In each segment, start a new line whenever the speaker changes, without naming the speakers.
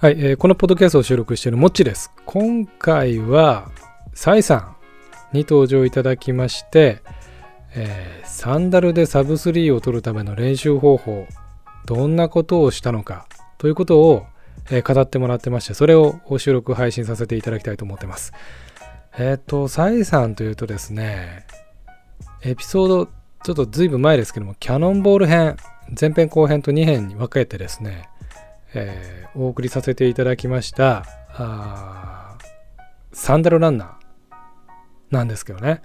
はい、えーこのポッドキャストを収録しているもっちです。今回は、サイさんに登場いただきまして、えーサンダルでサブスリーを取るための練習方法、どんなことをしたのかということを、えー語ってもらってまして、それを収録配信させていただきたいと思ってます。えっ、と、サイさんというとですね、エピソード、ちょっとずいぶん前ですけども、キャノンボール編、前編後編と2編に分けてですね、えーお送りさせていただきましたあーサンダルランナーなんですけどね、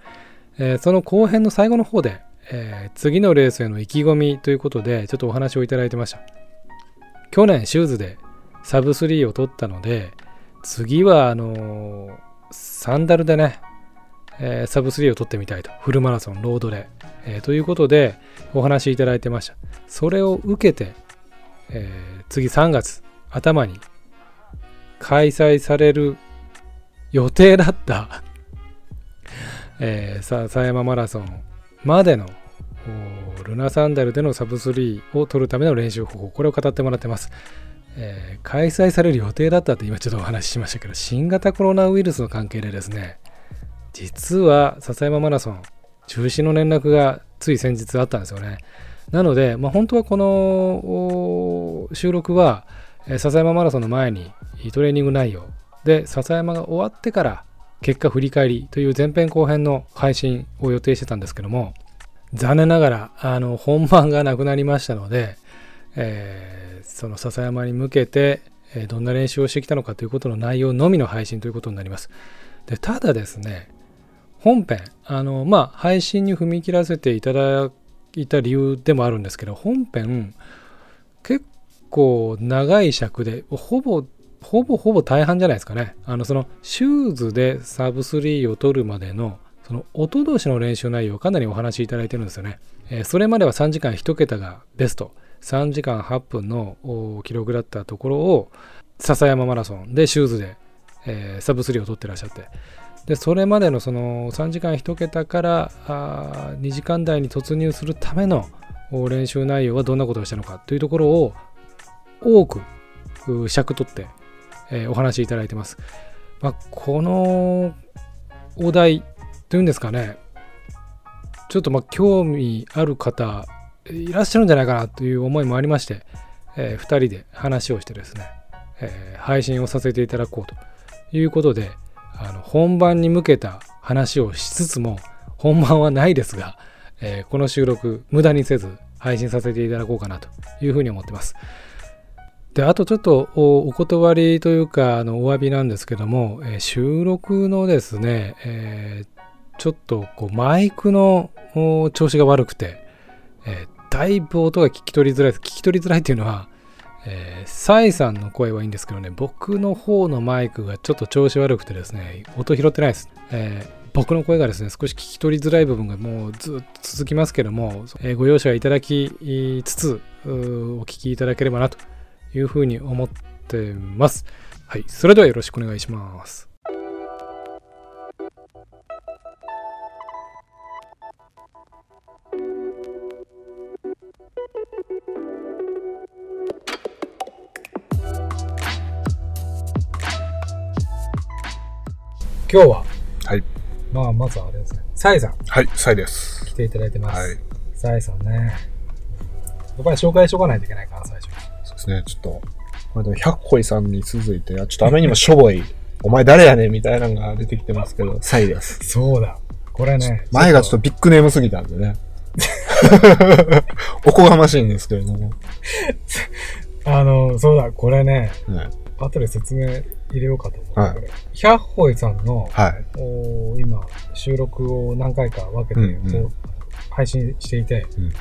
えーその後編の最後の方で、えー次のレースへの意気込みということでちょっとお話をいただいてました去年シューズでサブ3を取ったので次はあのーサンダルでね、えーサブ3を取ってみたいとフルマラソンロードで、えーということでお話いただいてましたそれを受けてえー次3月頭に開催される予定だった、 えー、さ狭山マラソンまでのおールナサンダルでのサブ3を取るための練習方法これを語ってもらってます、えー開催される予定だったって今ちょっとお話ししましたけど新型コロナウイルスの関係でですね実は笹山マラソン中止の連絡がつい先日あったんですよねなので、まあ、本当はこのおー収録は、えー笹山マラソンの前にトレーニング内容で笹山が終わってから結果振り返りという前編後編の配信を予定してたんですけども残念ながらあの本番がなくなりましたので、えーその笹山に向けて、えーどんな練習をしてきたのかということの内容のみの配信ということになります。でただですね本編あのまあ配信に踏み切らせていただいた理由でもあるんですけど本編結構長い尺でほぼほぼほぼ大半じゃないですかねあのそのシューズでサブ3を取るまでのその音同士の練習内容をかなりお話しいただいてるんですよね、えーそれまでは3時間1桁がベスト3時間8分のお記録だったところを笹山マラソンでシューズで、えーサブ3を取ってらっしゃってでそれまでのその3時間1桁からあ2時間台に突入するためのお練習内容はどんなことをしたのかというところを多くう尺取って、えーお話しいただいてます、まあ、このお題というんですかねちょっとまあ興味ある方いらっしゃるんじゃないかなという思いもありまして、え2人で話をしてですね、えー配信をさせていただこうということであの本番に向けた話をしつつも本番はないですが、えーこの収録無駄にせず配信させていただこうかなというふうに思ってます。であとちょっとおお断りというかあのお詫びなんですけども、えー収録のですね、えーちょっとこうマイクのお調子が悪くて、えーだいぶ音が聞き取りづらいです聞き取りづらいっていうのは、えーサイさんの声はいいんですけどね僕の方のマイクがちょっと調子悪くてですね音拾ってないです、えー僕の声がですね少し聞き取りづらい部分がもうずっと続きますけども、えーご容赦いただきつつうーお聞きいただければなというふうに思ってます。はい、それではよろしくお願いします。今日は、
はい。
まあ、まずはあれですね、サイさん
はい、サイです。
来ていただいてます。
はい。
サイさんね。やっぱり紹介しとかないといけないかな、最初に。
そうですね、ちょっと、まあでも、百恋さんに続いて、あちょっとあまりにもしょぼい、 お前誰やねんみたいなのが出てきてますけど、サイです。
そうだ。これね。
前がちょっとビッグネームすぎたんでね。 おこがましいんですけれども。
あの、そうだ、これね、
はい。
後で説明入れようかと思う。
はい
これヒャッホイさんの、
はい。
おー今、収録を何回か分けて、
うんうん
こう配信していて、
うん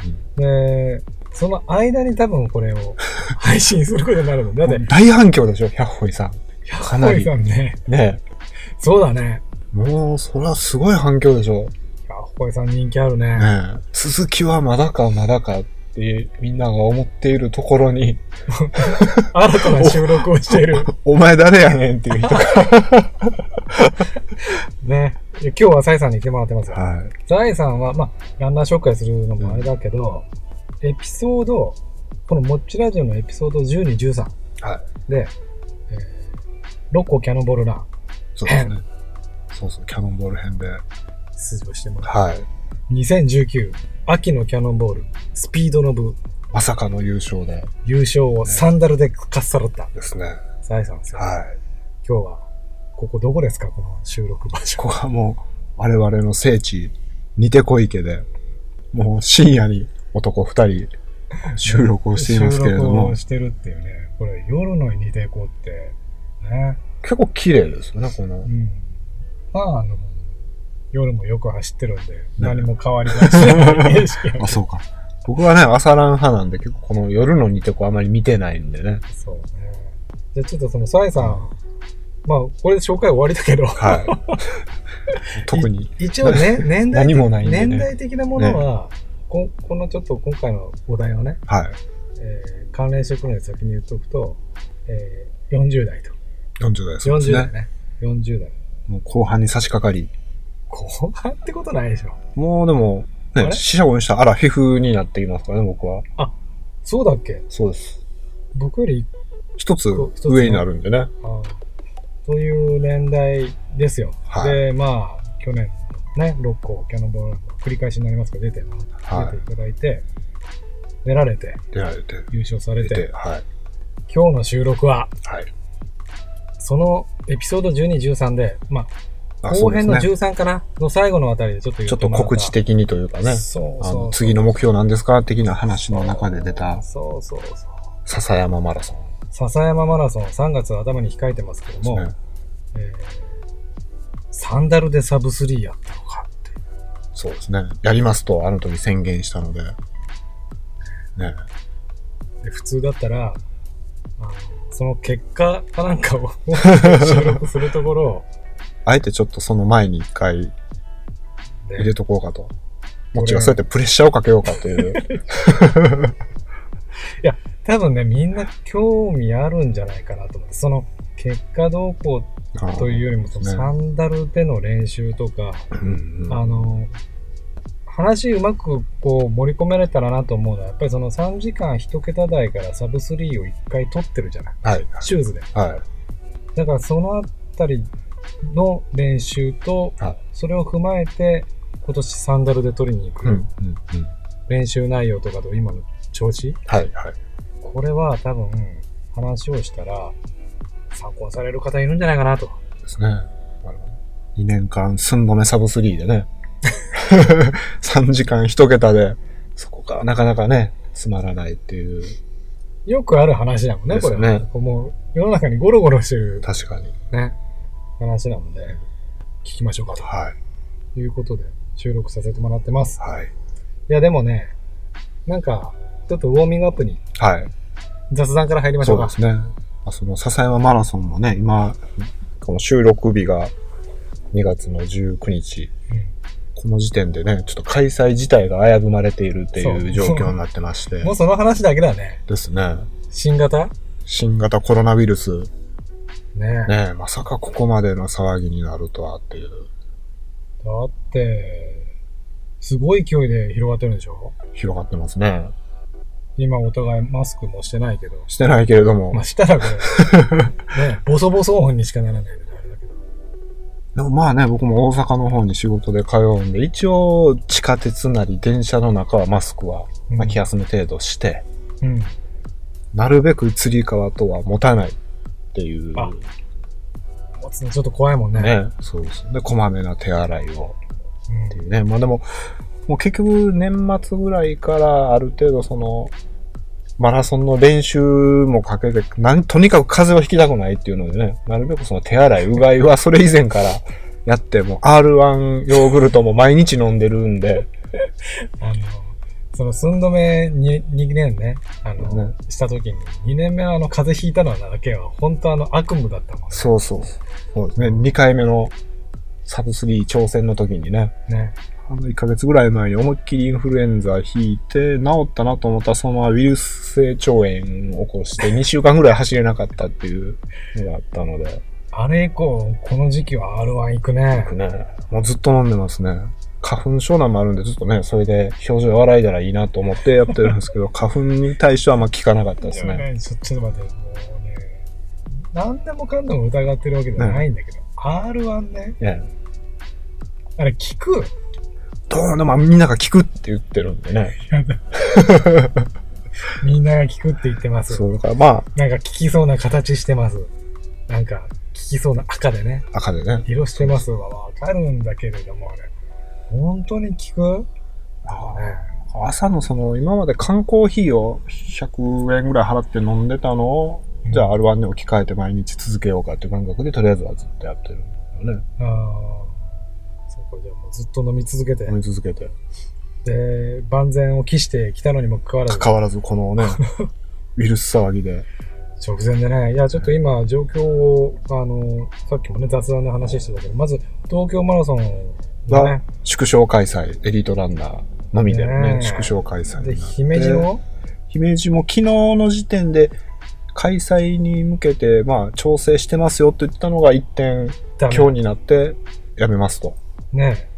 で、その間に多分これ を配信することになるの。だっ
う
て
ん、、大反響でしょ、百恋さ
ヒャッホイさんね、
ん。ね
そうだね。
え。もう、そりゃすごい反響でしょ。
ヒャッホイさん人気あるね。
ねえ。続きはまだかまだかって、みんなが思っているところに、
新たな収録をしている。
お前誰やねんっていう人が。
ね。今日はサイさんに来てもらってますよ。
はい。
ザイさんは、まあ、ランナー紹介するのもあれだけど、エピソード、このもっちラジオのエピソード12、13。
は
で、え6個キャノンボールラン、
そうですね。 そうそう、キャノンボール編で。
出場してもら
はい。
う。2019、秋のキャノンボール、スピードの部、
まさかの優勝で
優勝をサンダルでかっさらった、
ですね。
サイさんですよ。
はい。
今日は、ここどこですかこの収録場所。
ここはもう、我々の聖地、似てこ池で、もう深夜に男二人、収録をしていますけれど
収録
も
を、してるっていうね。これ、夜のに出こうって、ね。
結構綺麗ですよね、この
う。ん。まあ、あの、夜もよく走ってるんで、何も変わりない景 色
あ、そうか。僕はね、朝ラン派なんで、結構この夜の似てこあまり見てないんでね。
そうね。じゃあちょっとその、サイさん、まあ、これで紹介終わりだけど、
はい。特に。
一応 ね、年代
何もないんでね
年代的なものは、ここのちょっと今回のお題をね、
はい。
えー関連してくるので先に言っとくと、えー40代と。
40代です
40代
ね。
ね。40代。
もう後半に差し掛かり。
後半ってことないでしょ。
もうでも、
あれ
ね、死者をしたあら、皮膚になってきますからね、僕は。
そうだっけ
そうです。
僕より、
一つ
そう一つ
上になるんでね。
あーという年代ですよ。
はい
で、まあ、去年のね、6個キャノンボールランド繰り返しになりますけど、出てもら
は
出
い。
ていただいて、出られて、
出られて。
優勝され
出
て
て、、はい。
今日の収録は、
はい。
そのエピソード12、13で、まあ、
あそ
後
うで
編
す
の
ね。ち
13かな、の最後のあたりでちょっと言
ょっと告知的にというかね。
そう
あ
そ
の
う。
次の目標なんですか的な話の中で出た
そうそうそう。
笹山マラソン
笹山マラソン3月頭に控えてますけど
です
も、
ね。
えーサンダルでサブスリーやったのかっていう。
そうですね。やりますと、あの時宣言したので。ね。
で普通だったら、あのその結果かなんか を収録するところを、
あえてちょっとその前に一回
で
入れとこうかと。もちろんそうやってプレッシャーをかけようかという。
多分ね、みんな興味あるんじゃないかなと思って、その結果どうこう というよりも、その
ね
サンダルでの練習とか、
うんうん
あの、話うまくこう盛り込めれたらなと思うのは、やっぱりその3時間1桁台からサブ3を1回取ってるじゃない。
はい。
シューズで。
はい。
だからそのあたりの練習と
はい、
それを踏まえて、今年サンダルで取りに行
うん。うん
く。
うん。
練習内容とかと今の調子、
はい。はい。
これは多分話をしたら参考にされる方いるんじゃないかなと。
ですね。2年間、寸止めサブスリーで ね。3時間一桁で、そこがなかなかね、つまらないっていう。
よくある話だもんね、
です
これ
ね
は。もう世の中にゴロゴロしてる
確かに。
ね、話なので、聞きましょうかと
はい。
いうことで収録させてもらってます。
はい。
いや、でもね、なんか、ちょっとウォーミングアップに
はい。
雑談から入りましょ
そうう
か
で。すね。まあその、笹山マラソンもね、今、この収録日が2月の19日。この時点でね、ちょっと開催自体が危ぶまれているって
そ
いうう状況になってまして
うんも。うその話だけだね。
ですね。
新型
新型コロナウイルス、
ね
ね、まさかここまでの騒ぎになるとはっていう。
だって、すごい勢いで広がってるんでしょ
広がってますね。
今お互いマスクもしてないけど。
してないけれども。
まあ、したらこ れ、ね、ボソボソ音にしかならないのであれだけど。
でもまあね、僕も大阪の方に仕事で通うんで、一応地下鉄なり電車の中はマスクは
うん
巻き休む程度して、
うん。
なるべくつり革とは持たないっていう。
あ持つのちょっと怖いもんね。
ね。そうそう。で、こまめな手洗いを
うん
っていうね。まあでも、もう結局年末ぐらいからある程度その、マラソンの練習もかけて、なんとにかく風邪をひきたくないっていうのでね、なるべくその手洗い、うがいはそれ以前から やって、もう R1 ヨーグルトも毎日飲んでるんで、
あの、その寸止めに 2, 年ね、あの、
ね
した時に、2年目のあの、風邪ひいたのだけは、本当あの、悪夢だったもん
そうそう。そうですね、2回目のサブスリー挑戦の時にね、
ね。
あの1ヶ月ぐらい前に思いっきりインフルエンザ引いて、治ったなと思ったらそのままウイルス性腸炎を起こして、2週 間ぐらい走れなかったっていうのがあったので、
あれ以降、この時期は R1 行くね。
ね、もうずっと飲んでますね。花粉症なんもあるんで、ずっとね、それで表情和らいだらいいなと思ってや ってるんですけど、花粉に対してはあんま効かなかったです
いや
ね。
ねちょちょっと待って、もうね、何でもかんでも疑ってるわけじゃないんだけど、R1 ね、
ええ
あれ聞く
どうでもみんなが聞くって言ってるんでね。
みんなが聞くって言ってます。
そう、だからまあ、
なんか聞きそうな形してます。なんか聞きそうな赤でね、
赤でね。
色してますはわかるんだけれども、あれ。本当に聞く
朝のその、今まで缶コーヒーを100円ぐらい払って飲んでたのを、じゃあ R1 で置き換えて毎日続けようかっていう感覚で、とりあえずはずっとやってるんだよね。
あーそうか、じゃあもうずっと飲み続けて
飲、み続けて。
で、万全を期してきたのにもかかわらず、
関わらずこ のね、ウイルス騒ぎで。
直前でね、いや、ちょっと今、状況を、あの、さっきもね、雑談で話してたけど、まず、東京マラソンがね、
縮小開催、エリートランナーのみでね、
ねえ
縮小開催にな
で、
って。
姫路の、
姫路も昨日の時点で開催に向けて、まあ、調整してますよって言ってたのが一点、
ダメ
今日になってやめますと。
ね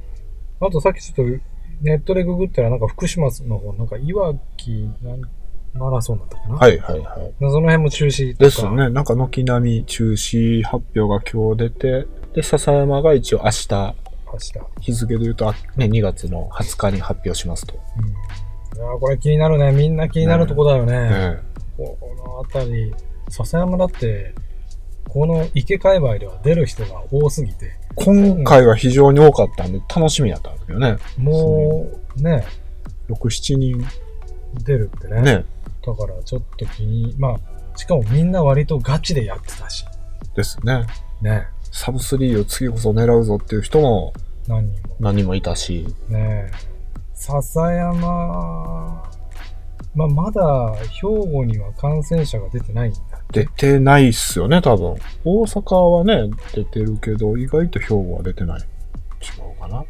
あとさっきちょっと、ネットでググったら、なんか福島の方、なんか、いわきなんマラソンだったかな、
はいはいはい。
その辺も中止とか。
ですよ。ね。なんか軒並み中止発表が今日出て、で、笹山が一応明日、
明日。
日付で言うと、あね、2月の20日に発表しますと。
うん。いやーこれ気になるね。みんな気になるとこだよね。
え
この辺り、笹山だって、この池界隈では出る人が多すぎて、
え今回は非常に多かったんで、楽しみだったんですよね。
もうね、
6、7人
出るってね。
ね、
だからちょっと気に、まあ、しかもみんな割とガチでやってたし、
ですね。
ね、
サブ3を次こそ狙うぞっていう人も
何人も。
何人もいたし、
ね笹山、まあ、まだ兵庫には感染者が出てないんだ。
出てないっすよね、多分。大阪はね、出てるけど、意外と兵庫は出てない。違うかな。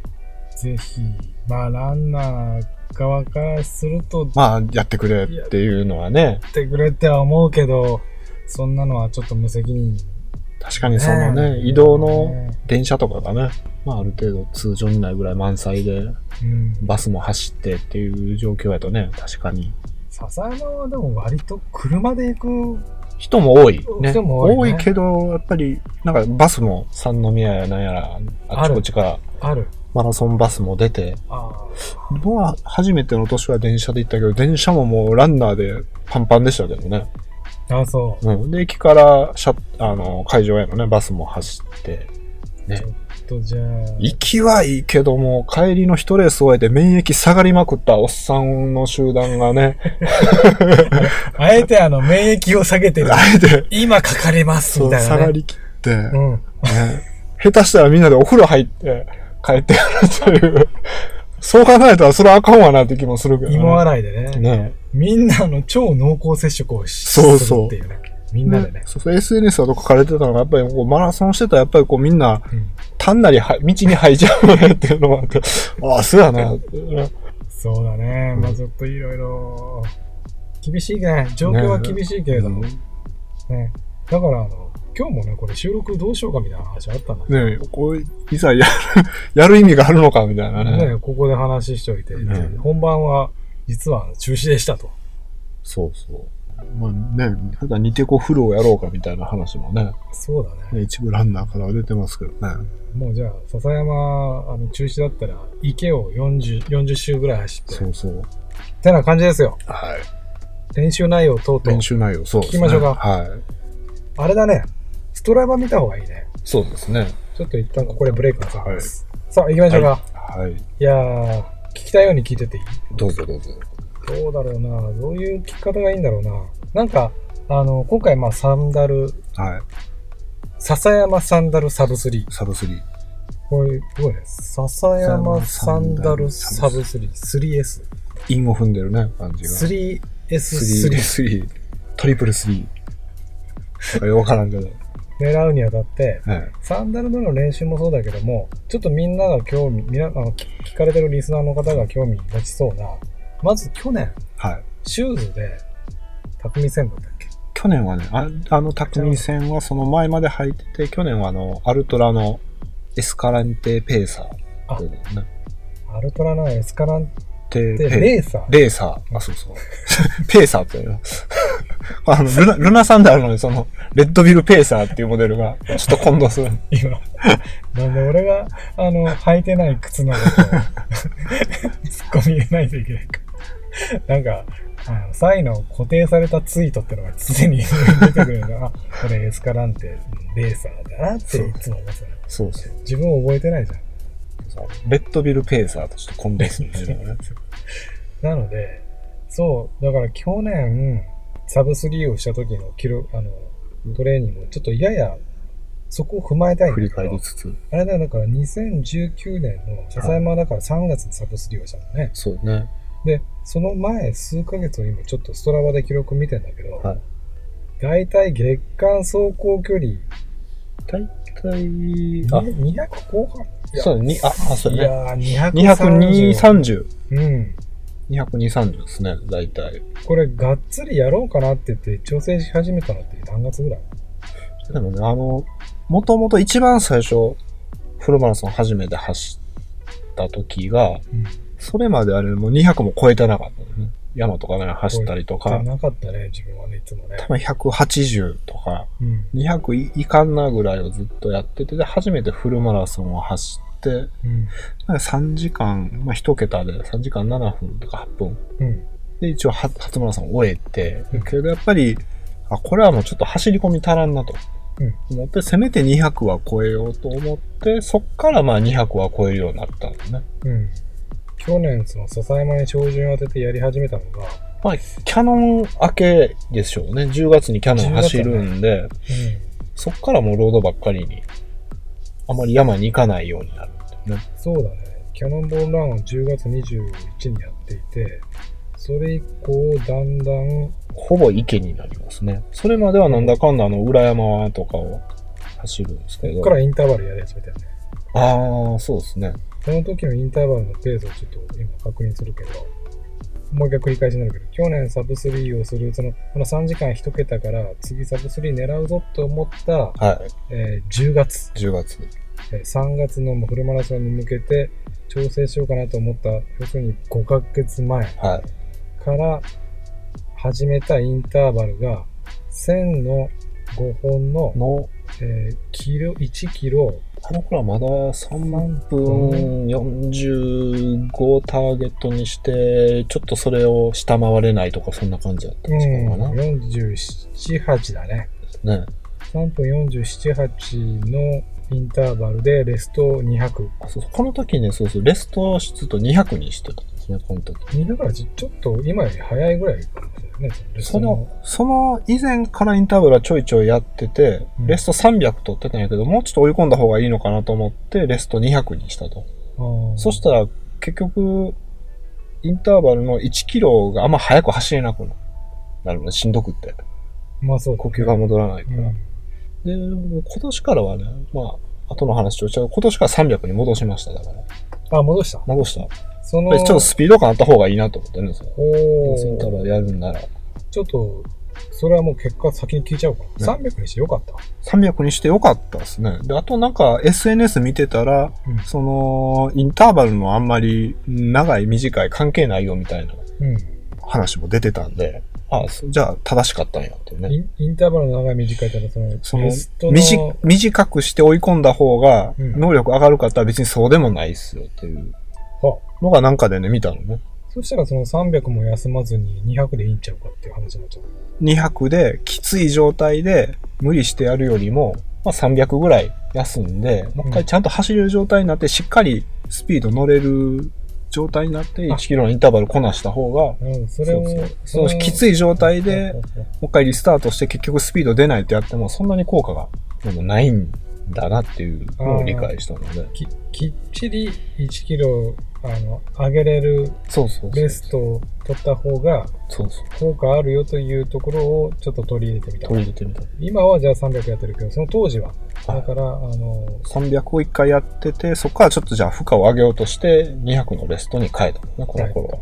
ぜひ、まあ、ランナー側からすると、
まあ、やってくれっていうのはね、
やってくれっては思うけど、そんなのはちょっと無責任。
確かにそのね、移動の電車とかがね、まあある程度通常にないぐらい満載で、
うん、
バスも走ってっていう状況やとね、確かに。
笹山はでも割と車で行く、
人も多い、ね。
人も多いね
けど、やっぱり、なんかバスも三宮やなんやら、あちこちから
ある。
マラソンバスも出て、
ああ。
僕は初めての年は電車で行ったけど、電車ももうランナーでパンパンでしたけどね。
ああ、そう。
うん。で、駅からシャッあの、会場へのね、バスも走って。
えっと、じゃあ、
行きはいいけども、帰りの一レース終えて免疫下がりまくったおっさんの集団がね、
あえてあの、免疫を下げてる。
あえて、
今かかります、
そ
み
う、
たい
下
な
が
ね。
りきって、ね、
うん。
下手したらみんなでお風呂入って帰ってやるという、そう考えたらそれはあかんわなって気もするけどね。
芋洗いでね。
ね。
みんなあの超濃厚接触をし
そうそう
するっていうね。みんなでね。
そうそう、SNS はどこか書かれてたのが、やっぱりこうマラソンしてたら、やっぱりこうみんな、
うん
単なりは道に入っちゃうよねっていうのもあって、ああ、そうやなってね。
そうだね。まあちょっといろいろ、厳しいね。状況は厳しいけれども。
ね
ね。だからあの、今日もね、これ収録どうしようかみたいな話あったんだけ
え、こう、いざやる、やる意味があるのかみたいな
ど
ね。
ね、ここで話しておいて、
うん
本番は実は中止でしたと。
そうそう。まあね、ただ似てこフルをやろうかみたいな話もね、
そうだね。
ね一部ランナーからは出てますけどね。
もうじゃあ、笹山、あの、中止だったら、池を40、40周ぐらい走って、
そうそう。
ってな感じですよ。
はい。
練習内容等々
練。習内容、そうですね。
聞きましょうか
はい。
あれだね。ストライバー見た方がいいね。
そうですね。
ちょっと一旦ここでブレイクなさいます。さあ、行きましょうか。
はい。
い、やー、聞きたいように聞いてていい
どうぞどうぞ。
どうだろうな。どういう聞き方がいいんだろうな。なんか、あの、今回まあサンダル、
はい。
笹山サンダルサブスリー。
サブ3。
これ、すごいね。笹山サンダルサブスリー。3S。
インを踏んでるね、感じ
3S3。
が。スリー、スリー、トリプルスリー。わからんけど。
狙うにあたって、
はい。
サンダルでの練習もそうだけども、ちょっとみんなが興味、みなあの聞聞かれてるリスナーの方が興味持ちそうな、まず去年、
はい。
シューズで、匠線だったっけ
去年はね、ああの匠戦はその前まで履いてて、去年はあの、アルトラのエスカランテペーサーっていうのね。
アルトラのエスカラン
テ
テ
ペ
レーサー。
レーサー。あ、そうそう。ペーサーっていうの。あの、ルナ、ルナサンダルのねその、レッドビルペーサーっていうモデルが、ちょっと混同する。
今。なんで俺が、あの、履いてない靴のことを、突っ込み入れないといけないか。なんか、あの、サイの固定されたツイートってのが常に 出てくるのが、あこれエスカランテ、レーサーだなっていつも思ってた。
そうそう
自分覚えてないじゃん。
そう。レッドビルペーサーとして混同するんですよね。
なので、そう、だから去年、サブ3をした時の記録、あの、トレーニングをちょっとやや、そこを踏まえたいん
振
だ
り
け
返
ど
り、つつ。
あれだよ、だから2019年の、笹山はだから3月にサブ3をしたんだね。
そうね。
で、その前数ヶ月を今ちょっとストラバで記録見てんだけど、
はい
だいたい月間走行距離、
大体、あ、
200後半いや
そうね、にあ、あ、そう
い
ね。
やー、230。
202、30。
うん。
202、30ですね、大体。
これ、がっつりやろうかなって言って調整し始めたのって何月ぐらい
でもね、あの、もともと一番最初、フルマラソン初めて走った時が、
うん
それまであれもう200も超えてなかったのね。山とかね、走ったりと
じゃ
か、
なかったね、自分はね、いつもね。
多分180とか、
うん。
200いいかんなぐらいをずっとやってて、で、初めてフルマラソンを走って、
うん。
なんか3時間、まあ1桁で3時間7分とか8分
うん。
で、一応は初マラソンを終えて
うん、
けどやっぱり、あ、これはもうちょっと走り込み足らんなと。思って、せめて200は超えようと思って、そっからまあ200は超えるようになったんだね。
うん。去年、その、笹山に照準を当ててやり始めたのが、
まあ、キャノン明けでしょうね。10月にキャノン走るんで、
う
そっからもうロードばっかりに、あまり山に行かないようになるんだよね。
ん。そうだね。キャノンボールランを10月21にやっていて、それ以降、だんだん、
ほぼ池になりますね。それまではなんだかんだあの、裏山とかを走るんですけ
こ
ど。
っからインターバルやり始めたよね。
ああ、そうですね。
その時のインターバルのペースをちょっと今確認するけど、もう一回繰り返しになるけど、去年サブ3をする、その、この3時間1桁から次サブ3狙うぞと思った、
は
えー10月、
い。10月。
えー3月のフルマラソンに向けて調整しようかなと思った、要するに5ヶ月前
はい。
から始めたインターバルが、1000の5本の、
の、
えーキロ、1キロ、
あの頃はまだ3分45ターゲットにして、ちょっとそれを下回れないとか、そんな感じだった
うん
ちゃうかな。ね。
ん、47、8だね。3分47、8のインターバルでレスト200。
あそうそうこの時ね、そうそう、レスト室と200にしてたんですね、この時。
200はちょっと今より早いぐらいかもしれないね。レス
そ
ト
の、その以前からインターバルはちょいちょいやってて、
うん
レスト300取ってたんやけど、もうちょっと追い込んだ方がいいのかなと思って、レスト200にしたと。
あー
そしたら、結局、インターバルの1キロがあんま速く走れなくなるのね、しんどくって。
まあそうだね、
呼吸が戻らないから。
うん
で、もう今年からはね、まあ、後の話をしちゃう。今年から300に戻しました、だから。
あ、戻した。
戻した。やっ
そ
ぱ
の、
りちょっとスピード感あった方がいいなと思ってるんですよ。
お
インター
ー
バルやるんなら。
ちょっと、それはもう結果先に聞いちゃおうかな。300にしてよかった。
300にしてよかったですね。で、あとなんか SNS 見てたら、
うん
その、インターバルのあんまり長い短い関係ないよみたいな
うん。
話も出てたんで、ああ、そじゃあ正しかったんやっていうね。
インインターバルの長い短いってのはその、
その
レストの、
短短くして追い込んだ方が、
うん
能力上がるかって別にそうでもないっすよっていう
は
のがなんかでね、見たのね。
そしたらその300も休まずに200でいいんちゃうかっていう話になっちゃう。
200できつい状態で無理してやるよりも、まあ、300ぐらい休んで、もう一回ちゃんと走れる状態になって、しっかりスピード乗れる状態になって、
あ
1キロのインターバルこなした方が、
うん、それを、
そう
その
そうきつい状態で、
うん
もう一回リスタートして結局スピード出ないってやっても、そんなに効果がでもないんだなっていうのを理解したので。
ききっちり1キロあの上げれる
そうそうそう。
ベストを取った方が
そうそ
効
う。
果あるよというところをちょっと取り入れてみた。
取り入れてみた。
今はじゃあ300やってるけど、その当時は。
はい
だから、あの、
300を一回やってて、そこからちょっとじゃあ負荷を上げようとして、200のベストに変えたのね、この頃は。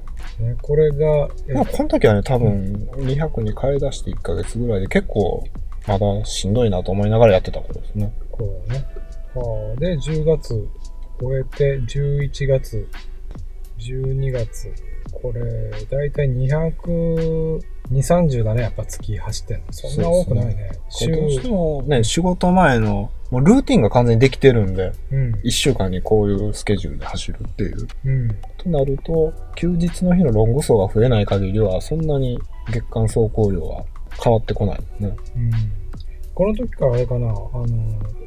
ね、これが、
でもこの時はね、多分200に変え出して1ヶ月ぐらいで結構、まだしんどいなと思いながらやってた頃ですね。
こうだね。はあで、10月終えて、11月、12月、これ、だいたい200 2、30だね、やっぱ月走ってんの。そんな多くないね。週、
どうしてもね、仕事前の、もうルーティンが完全にできてるんで、
うん。
1週間にこういうスケジュールで走るっていう。
うん。
となると、休日の日のロング走が増えない限りは、そんなに月間走行量は変わってこないね。
うん。この時からあれかな、あの、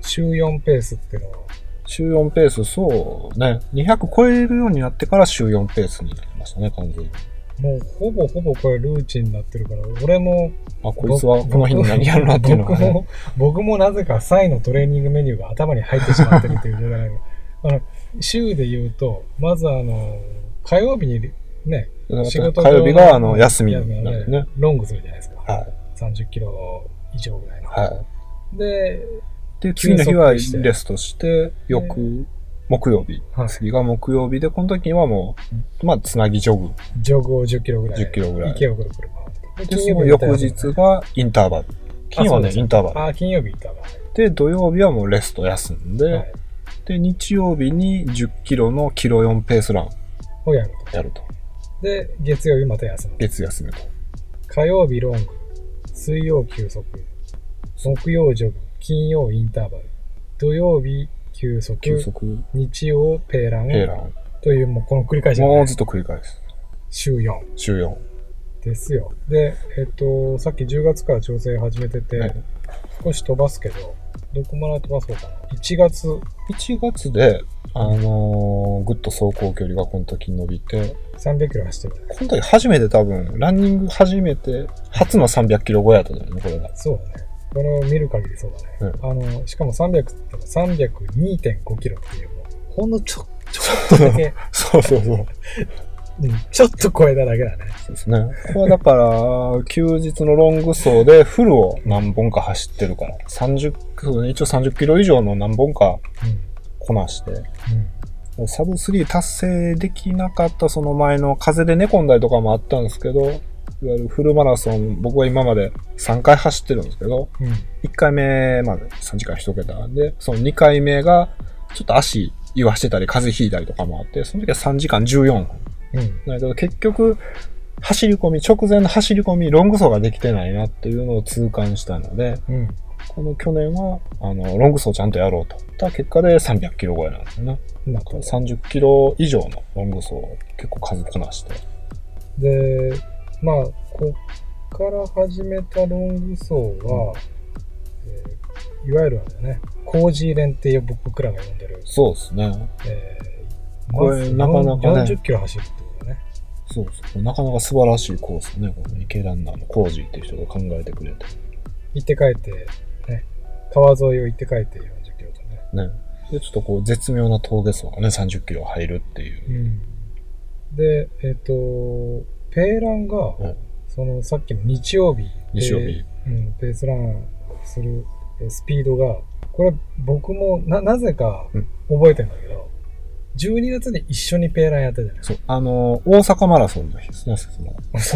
週4ペースっていうのは、
週4ペース、そうね。200超えるようになってから週4ペースになりましたね、完全に。
もうほぼほぼこれルーチンになってるから、俺も、
あ、こいつはこの日に何やるなっていうのが
僕
ね。
も、僕もなぜかサイのトレーニングメニューが頭に入ってしまってるという状態なんであの、週で言うと、まずあの、火曜日にね、
だ
仕
から
事
火曜日があの
の
休みになるね。
ロングするじゃないですか。
はい。
30キロ以上ぐらいの。
はい。
で、
で、次の日は
休息して
レストして、翌、木曜日。
はい
次が木曜日で、この時にはもう、まあ、つなぎジョグ。
ジョグを10キロぐらい。
10キロぐらい
池をぐるぐる回って。
で、その翌
金曜
日がインターバル。金曜は
そう
ね、
です
インターバ
日。ああ、金曜日行ったわ。
ル。で、土曜日はもうレスト休んで、
はい。
で、日曜日に10キロのキロ4ペースラン
をやる
やると。
と。で、月曜日また休む。
月休みと。
火曜日ロング、水曜休息、木曜ジョグ、金曜インターバル、土曜日休息、
休息、
日曜ペーラン
ペーラン。
という、もうこの繰り返し、
もうずっと繰り返す。
週4
週4。
ですよ。で、えっと、さっき10月から調整始めてて、
はい
少し飛ばすけど、どこまで飛ばそうかな。1月、
1月で、あのーぐっと走行距離がこの時伸びて、
300キロ走ってる。
この時初めて多分、ランニング初めて、初の300キロ超えやったんだよね、これが。
そうだね。これを見る限りそうだね。あの、しかも300ってのは302.5キロっていう、もうほんのちょ、ちょっとだ け、
そうそうそう。
うんちょっと超えただけだね。
そうですね。これだから、休日のロング走でフルを何本か走ってるから、30、そうね一応30キロ以上の何本かこなして、サブ3達成できなかったその前の風で寝込んだりとかもあったんですけど、いわゆるフルマラソン、僕は今まで3回走ってるんですけど、
うん。うん。
1回目まで3時間1桁で、その2回目がちょっと足言わしてたり風邪ひいたりとかもあって、その時は3時間14分。
うん。
だけど結局、走り込み、直前の走り込み、ロング走ができてないなっていうのを痛感したので、
うん。
この去年は、あの、ロング走ちゃんとやろうと。た結果で300キロ超えなんですよね。
なん
だ
か
から30キロ以上のロング走を結構数こなして。
で、まあ、こっから始めたロング走は、えーいわゆるあれだね、コージー連って僕らが呼んでる、
そうですね。
えー
これなかなかね
40キロ走るってことだね。
そうそう。なかなか素晴らしいコースね。この池ランナーのコージーっていう人が考えてくれて。
行って帰って、ね、川沿いを行って帰って40キロとね。
ね。で、ちょっとこう、絶妙な峠走がね、30キロ入るっていう。
で、えっ、と、ペーランが、
うん
そのさっきの日曜日、
日曜日。
うん、ペースランするえースピードが、これ僕もな、なぜか
うん
覚えてんだけど、12月に一緒にペーランやったじゃない
そう、あの、大阪マラソンの日ですね、その。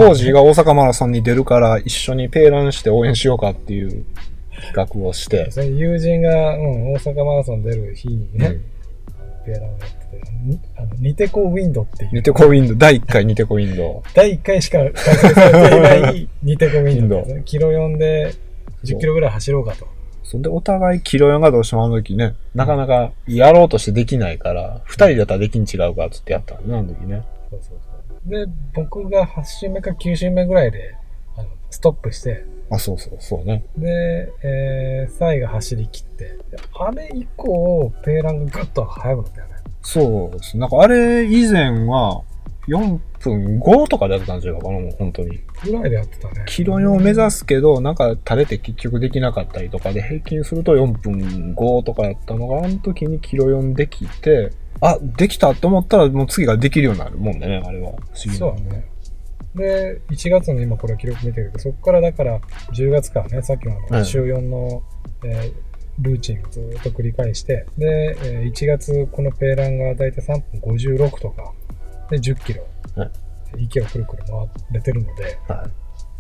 当時が大阪マラソンに出るから一緒にペーランして応援しようかっていう企画をして、
それ友人が、うん、大阪マラソン出る日にね、
うん
ペーランをやってて、にあのニテコウィンドっていう、
ニテコウィンドウ、第1回ニテコウィンド
第1回しか開催されていない ニテコウィンド
ウィン
キロ4で10キロぐらい走ろうかと。
ウ。そんで、お互いキロ4がどうしてもあの時ね、なかなかやろうとしてできないから、二人だったらできん違うかっつってやったのね、あの時ね。
そうそうそうで、僕が8周目か9周目ぐらいで、あのストップして、
あ、そうそう、そうね。
で、えー、サイが走り切って、あれ以降、ペーランがぐっと速くなったよね。
そうです。なんかあれ以前は、4分5とかでやってたんじゃないかな、もう本当に。
ぐらいでやってたね。
キロ4を目指すけど、なんか垂れて結局できなかったりとかで、平均すると4分5とかやったのが、あの時にキロ4できて、あ、できたと思ったらもう次ができるようになるもんだね、あれは。不思議な
そうだね。で、1月の今これ記録見てるけど、そこからだから10月からね、さっきのあ
う
の
ん
週4の、えールーチンをずっと繰り返して、で、えー1月このペーランがだいたい3分56とか、で、10キロ、
うん
息をくるくる回れてるので、
は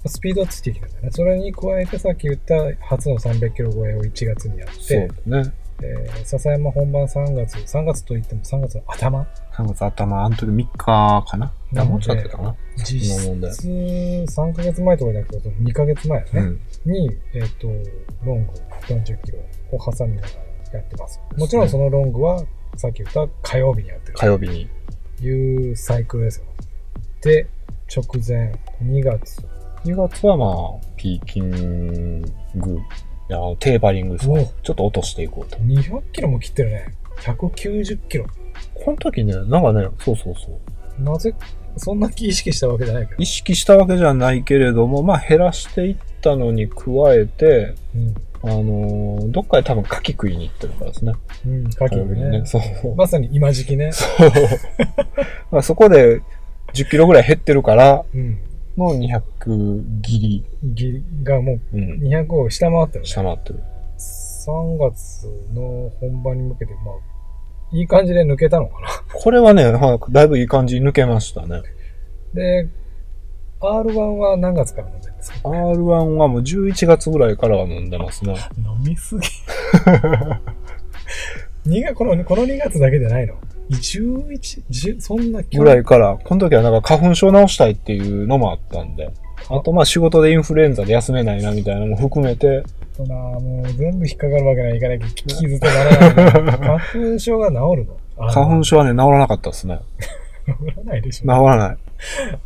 い。
スピードはついてきたんだよね。それに加えてさっき言った初の300キロ超えを1月にやって、
そうだね。
えー笹山本番3月、3月といっても3月の頭
3月頭、あの時3日かな。
なので
もうちょっとやってたかな。
実質
問題
3ヶ月前とかじゃなくて、2ヶ月前やね。
うん。
に、えっ、と、ロング40キロを挟みながらやってます。もちろんそのロングは、さっき言った火曜日にやってる
火曜日に。
というサイクルですよ。で、直前、2月、
2月はまあ、ピーキング、あのテーパリングですね。ちょっと落としていこうと。
200キロも切ってるね。190キロ。
この時ね、なんかね、そうそうそう。
なぜ、そんな気意識したわけじゃないけど
意。識したわけじゃないけれども、まあ減らしていったのに加えて、
うん。
あのーどっかで多分牡蠣食いに行ってるからですね。
うん、かけ
火曜
る
日に
ね。
そうそう。
まさに今時期ね。
そう。 まあそこで10キロぐらい減ってるから、
うん。
もう200ギリ、
ぎがもう
う、
ん200を下回ってるね。
下回ってる。
3月の本番に向けて、まあ、いい感じで抜けたのかな。
これはね、まあだいぶいい感じに抜けましたね。
で、R1 は何月から飲んでるんですか
R1 はもう11月ぐらいからは飲んでますね。
飲み すぎ。2月このこの2月だけじゃないの ?11、10そんな
ぐらいから、この時はなんか花粉症治したいっていうのもあったんで、あとまあ仕事でインフルエンザで休めないなみたいなのも含めて、
とな、もう全部引っかかるわけにはいか ないけど、傷とならないのに。花粉症が治るの
花
症
粉症はね、治らなかったですね。
治らないでし
治
ょ。
らない。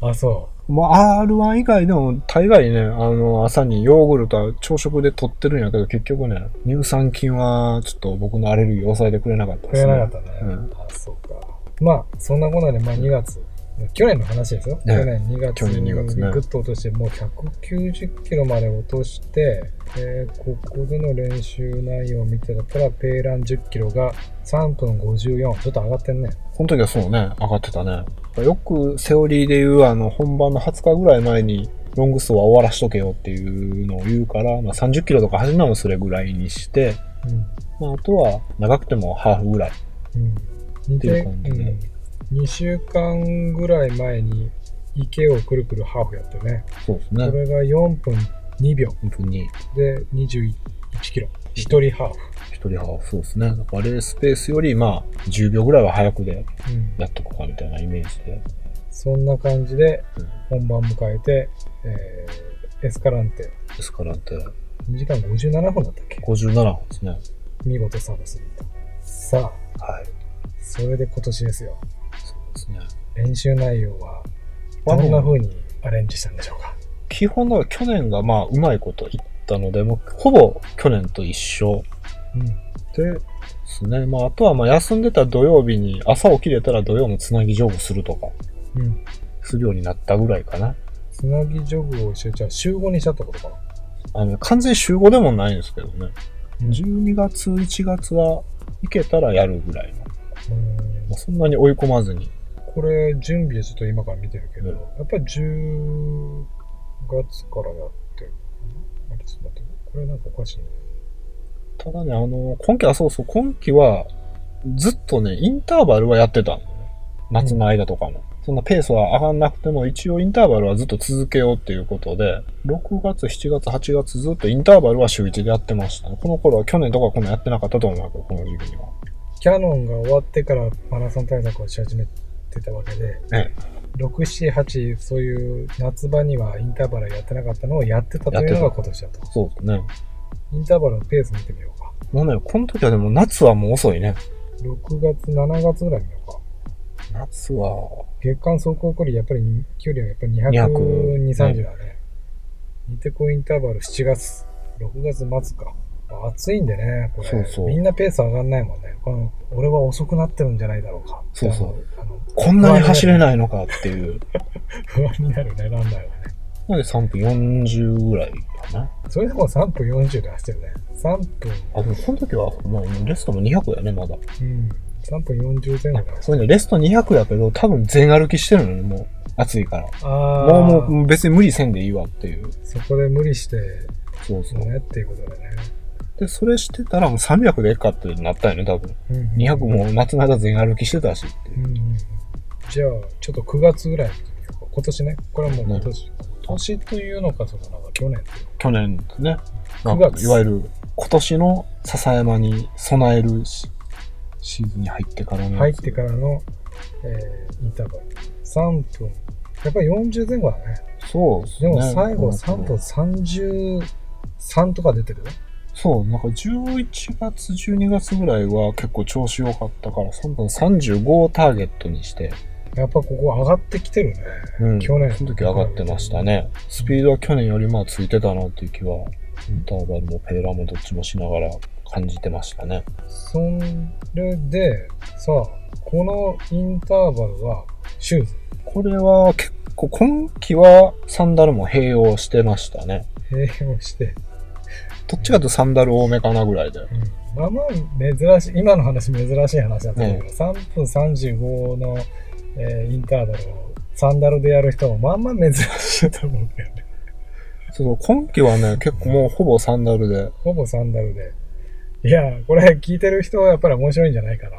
あ、そ
まあ、R1 以外でも、大概ね、あの、朝にヨーグルトは朝食で取ってるんやけど、結局ね、乳酸菌は、ちょっと僕のアレルギーを抑えてくれなかった
う。食
です
え
ね。
なかったね。
うん
あ、そうか。まあ、そんなことで、まあ2月。去年の話ですよ。
ね
去年2月
去年
に
2
グ
月ね
ッと落として、もう190キロまで落として、えーここでの練習内容を見てたら、ペーラン10キロが3分54。ちょっと上がってんね。
この時はそうね、上がってたね。よくセオリーで言う、あの、本番の20日ぐらい前に、ロングスローは終わらしとけよっていうのを言うから、まあ、30キロとか始めもそれぐらいにして、まあ、あとは、長くてもハーフぐらい。
うん。うん。似
っていう感じね
うん、2週間ぐらい前に、池をくるくるハーフやってね。
そうです
こ
ね。
れが4分2秒
本当に、
で21キロ。1人ハーフ。
一人ハーフ、そうですね。だからレースペースより、まあ、10秒ぐらいは早くで
うん
やっとこうかみたいなイメージで。
そんな感じで本番迎えて、えーエスカランテ
ですからって、
2時間57分だったっけ
57本ですね。
見事サードスリーとさあ
はい。
それで今年ですよ
そうですね。
練習内容はどんな風にアレンジしたんでしょうか
基本の去年がまあ、うまいこといったので、もうほぼ去年と一緒
うん
でですね。まあ、あとはまあ、休んでた土曜日に、朝起きれたら土曜もつなぎジョグするとか、
うん
するようになったぐらいかな。
つなぎジョグを一緒じゃあ週5にしたってことかな
あの、完全集合でもないんですけどね。12月、1月は、行けたらやるぐらいの。
うん
まあ、そんなに追い込まずに。
これ準備ちょっと今から見てるけど、
うん
やっぱり10月からやってるのかなあれちょっと待ってこれなんかおかしいね
ただね、あの、今期はそうそう、今期は、ずっとね、インターバルはやってたんだよね。夏の間とかも。そんなペースは上がんなくても、一応インターバルはずっと続けようっていうことで、6月、7月、8月ずっとインターバルは週1でやってましたね。この頃は去年とかこんなんやってなかったと思うけど、この時期には。
キャノンが終わってからマラソン対策をし始めてたわけで、
え
6、7、8、そういう夏場にはインターバルやってなかったのをやってたというのが今年だと。
そうですね。
インターバルのペース見てみようか。
もうね、この時はでも夏はもう遅いね。
6月、7月ぐらい見ようか。
夏は、
月間走行距離、やっぱり距離はやっぱり200、
200
2 30だね。ニテコインターバル7月、6月末か。暑いんでね、これ。
そうそう
みんなペース上がんないもんね。この俺は遅くなってるんじゃないだろうか。
そうそう
あの。
こんなに走れないのかっていう。
あの不安になるね、なんだよね。
なんで3分40ぐらいかな。
それでも3分40で走ってるね。3分、
あ、でもこの時は、まあ、レストも200やね、まだ。
うん。3分40前後だ
そうね、レスト200やけど、多分全歩きしてるのね、もう。暑いから。
ああ、
もう、もう別に無理せんでいいわっていう。
そこで無理して、
そうそ。
そううねっていうことだね。
で、それしてたらもう300でえっかってなったよね、多分。
うん
200。も夏の間全歩きしてたしっていうう。
んうんうん。じゃあ、ちょっと9月ぐらい見てみようか今年ね。これはもう今年。今年というのか、そのなんか去年っていう
去年ですね。
9
なんか
月
いわゆる、今年の笹山に備えるしシーズンに入ってからのやつ。
入ってからのえーインターバル。3分。やっぱり40前後だね。
そうです
で
ね。
も最後
うん
3分33とか出てるよ。
そう、なんか11月、12月ぐらいは結構調子良かったから、3分35をターゲットにして、
やっぱここ上がってきてるね。
うん、
去年
その時上がってましたね。スピードは去年よりまあついてたなっていう気は、インターバルもペーラーもどっちもしながら感じてましたね。
それで、さあ、このインターバルはシューズ。
これは結構、今季はサンダルも併用してましたね。
併用して。
どっちかというとサンダル多めかなぐらいで。
うん、まあまあ珍しい、今の話珍しい話だったけど、
う
3分35の、えーインターバルをサンダルでやる人もまあまあ珍しいと思うんだよね。
そう、今季はね、結構もうほぼサンダルで。
ほぼサンダルで。いやー、これ聞いてる人はやっぱり面白いんじゃないかな。